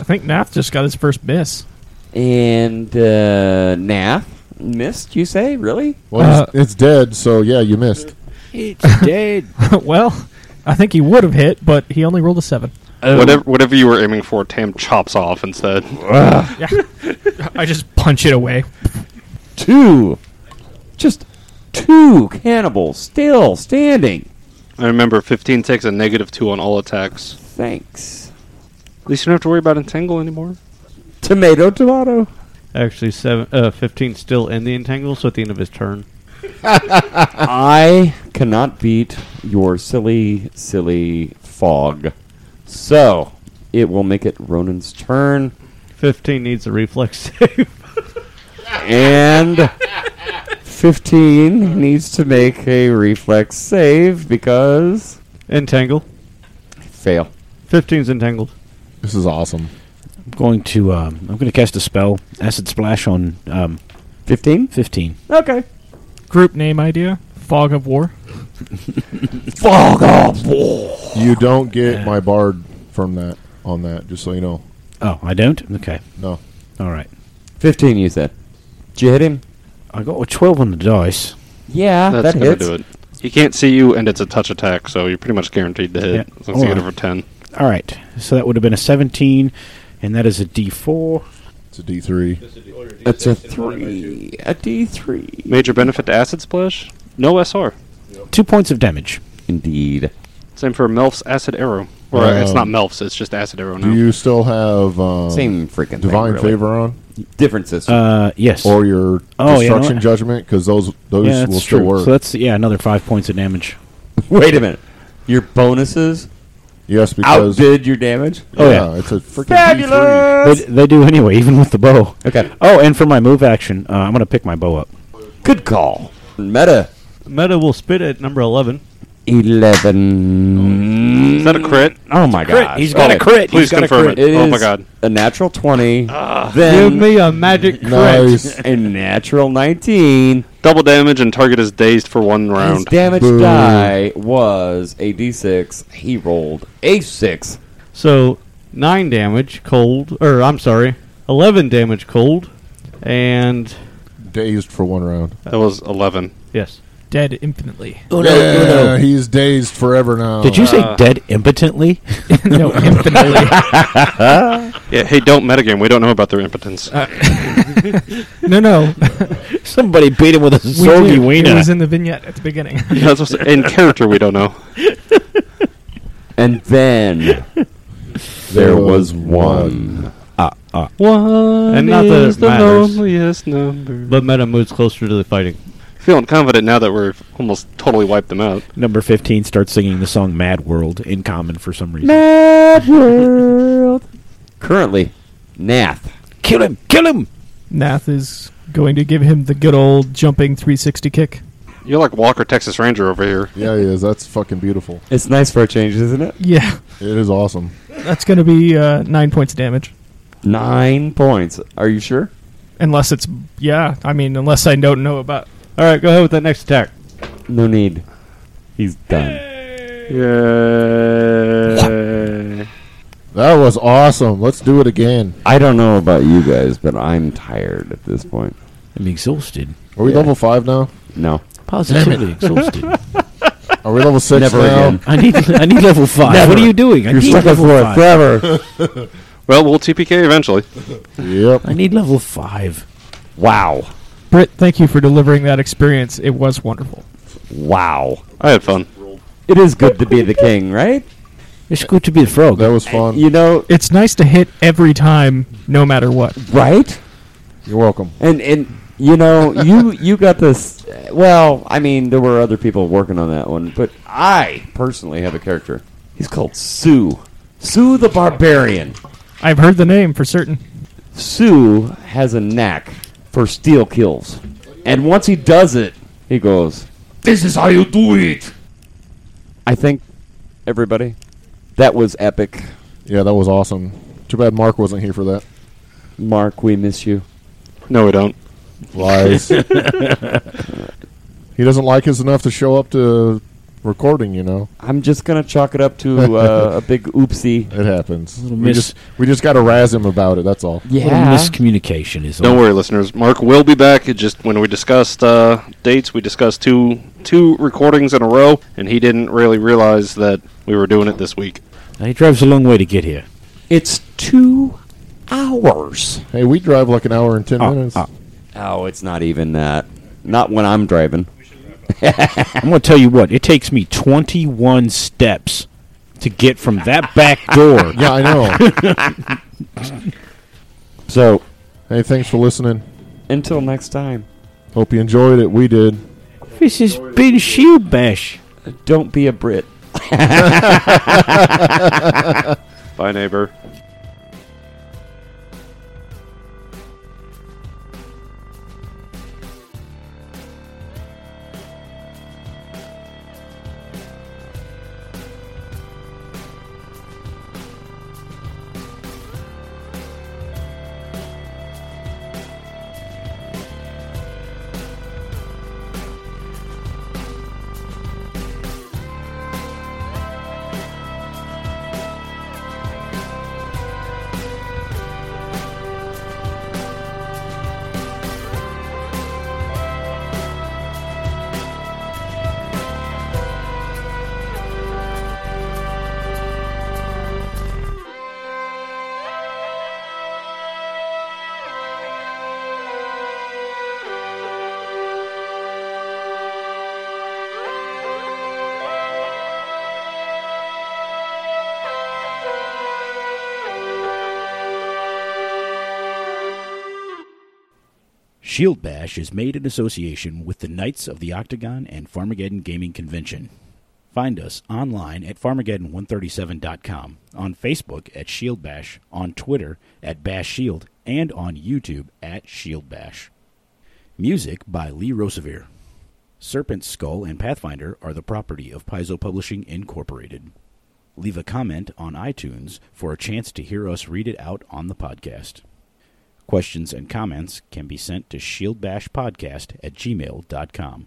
I think Nath just got his first miss.
And uh, Nath missed. You say really? Uh.
Well, it's, it's dead, so yeah, you missed.
It's dead.
well, I think he would have hit, but he only rolled a seven.
um,
Whatever, whatever you were aiming for, Tam chops off instead.
I just punch it away.
Two, just two cannibals still standing.
I remember 15 takes a negative 2 on all attacks.
Thanks.
At least you don't have to worry about entangle anymore.
Tomato, tomato.
Actually, seven, uh, 15 still in the entangle, so at the end of his turn.
I cannot beat your silly, silly fog. So it will make it Ronan's turn.
15 needs a reflex save.
And 15 needs to make a reflex save because
entangle.
fail.
15's entangled.
This is awesome.
I'm going to um, I'm going to cast a spell, acid splash on um,
15?
15.
Okay.
Group name idea: Fog of War.
Fog off. Whoa.
You don't get my bard from that on that, just so you know.
Oh, I don't. Okay.
No.
All right.
15 you said. Did you hit him?
I got a 12 on the dice.
Yeah,
That's
that
gonna
hits.
do it. He can't see you, and it's a touch attack, so you're pretty much guaranteed to hit
Yeah.
as long as you get
Alright.
over 10.
All right. So that would have been a 17 and that is a d4.
It's a D three.
It's a 3. A d3.
Major benefit to Acid Splash? No SR.
2 points of damage.
Indeed.
Same for Melf's Acid Arrow. Or uh, it's not
Um,
Melf's, it's just Acid Arrow now.
Do you still have um,
Same freaking thing,
divine
really.
favor on
Different system.
Uh yes.
or your
Oh, yeah, no,
destruction
I-
judgment? Because those those
yeah, that's
will
true.
still work.
So that's yeah, another 5 points of damage.
Wait a minute. Your bonuses
yes, because
outdid your damage?
Oh,
yeah,
yeah.
it's a freaking D3.
They,
Fabulous!
they do anyway even with the bow.
Okay.
Oh, and for my move action, uh, I'm going to pick my bow up.
Good call. Meta.
Meta will spit at number 11.
11.
Is that a crit?
Oh my
Crit.
god.
He's got a crit.
Please
He's got a
confirm
crit.
it. Oh my
is
God. Ah.
A natural 20.
Give
then
me a magic crit.
Nice.
a natural 19.
Double damage and target is dazed for one
His
round.
damage
Boo.
die was a d6. He rolled a 6.
So, 9 damage cold. Or, I'm sorry, 11 damage cold. And,
Dazed for one round.
That was 11.
yes.
Dead infinitely.
Oh,
yeah, he's dazed forever now.
Did you say dead impotently?
no, infinitely.
Yeah, hey, don't metagame. We don't know about their impotence.
Uh,
No, no.
Somebody beat him with a
We
sorgy
did. It
wiener.
was in the vignette at the beginning.
That's what's in character. We don't know.
And then there was one.
Uh,
One
And not that it is the matters.
loneliest number.
But Meta moves closer to the fighting.
Feeling confident now that we're almost totally wiped them out.
Number 15 starts singing the song Mad World in common for some reason.
Mad World. Currently, Nath.
Kill him! Kill him!
Nath is going to give him the good old jumping 360 kick.
You're like Walker, Texas Ranger over here.
Yeah, he is. That's fucking beautiful.
It's nice for a change, isn't it?
Yeah,
It is awesome.
that's going to be uh, nine points of damage.
Nine points. Are you sure?
Unless it's yeah, I mean, unless I don't know about.
All right, go ahead with that next attack.
No need. He's done.
Yeah.
That was awesome. Let's do it again.
I don't know about you guys, but I'm tired at this point.
I'm exhausted.
Are we
Yeah.
level five now?
No.
Positively exhausted.
Are we level six
Never
now?
again.
I need I need level five. What are you doing? I
You're
need
stuck with
level
it
five.
forever.
Well, we'll TPK eventually.
Yep.
I need level five.
wow.
Britt, thank you for delivering that experience. It was wonderful.
Wow.
I had fun.
It is good to be the king, right?
It's good to be a frog.
That was fun.
You know,
It's nice to hit every time, no matter what.
right?
You're welcome.
And and you know, you you got this. Well, I mean, there were other people working on that one, but I personally have a character. He's called Sue. Sue the Barbarian.
I've heard the name for certain.
Sue has a knack for steel kills, and once he does it, he goes, "This is how you do it." I think everybody, that was epic.
Yeah, that was awesome. Too bad Mark wasn't here for that.
Mark, we miss you.
No, we don't.
Lies. he doesn't like us enough to show up to recording. You know,
I'm just gonna chalk it up to uh, a big oopsie.
it happens.
Little
We
miss-
just we just got to razz him about it. That's all.
Little miscommunication is
Don't
all.
worry, listeners. Mark will be back. It just when we discussed uh, dates, we discussed two two recordings in a row, and he didn't really realize that we were doing it this week.
He drives a long way to get here.
It's two hours.
Hey, we drive like an hour and ten
Ah, Uh,
minutes.
Oh, it's not even that. Not when I'm driving.
I'm going to tell you what. It takes me 21 steps to get from that back door.
Yeah, I know.
So
hey, thanks for listening.
until next time,
Hope you enjoyed it. We did.
This has been Shield Bash.
don't be a Brit.
Bye, neighbor.
Shield Bash is made in association with the Knights of the Octagon and Farmageddon Gaming Convention. Find us online at farmageddon137.com, on Facebook at Shield Bash, on Twitter at Bash Shield, and on YouTube at Shield Bash. Music by Lee Rosevere. Serpent Skull and Pathfinder are the property of Paizo Publishing Incorporated. Leave a comment on iTunes for a chance to hear us read it out on the podcast. Questions and comments can be sent to shieldbashpodcast at gmail.com.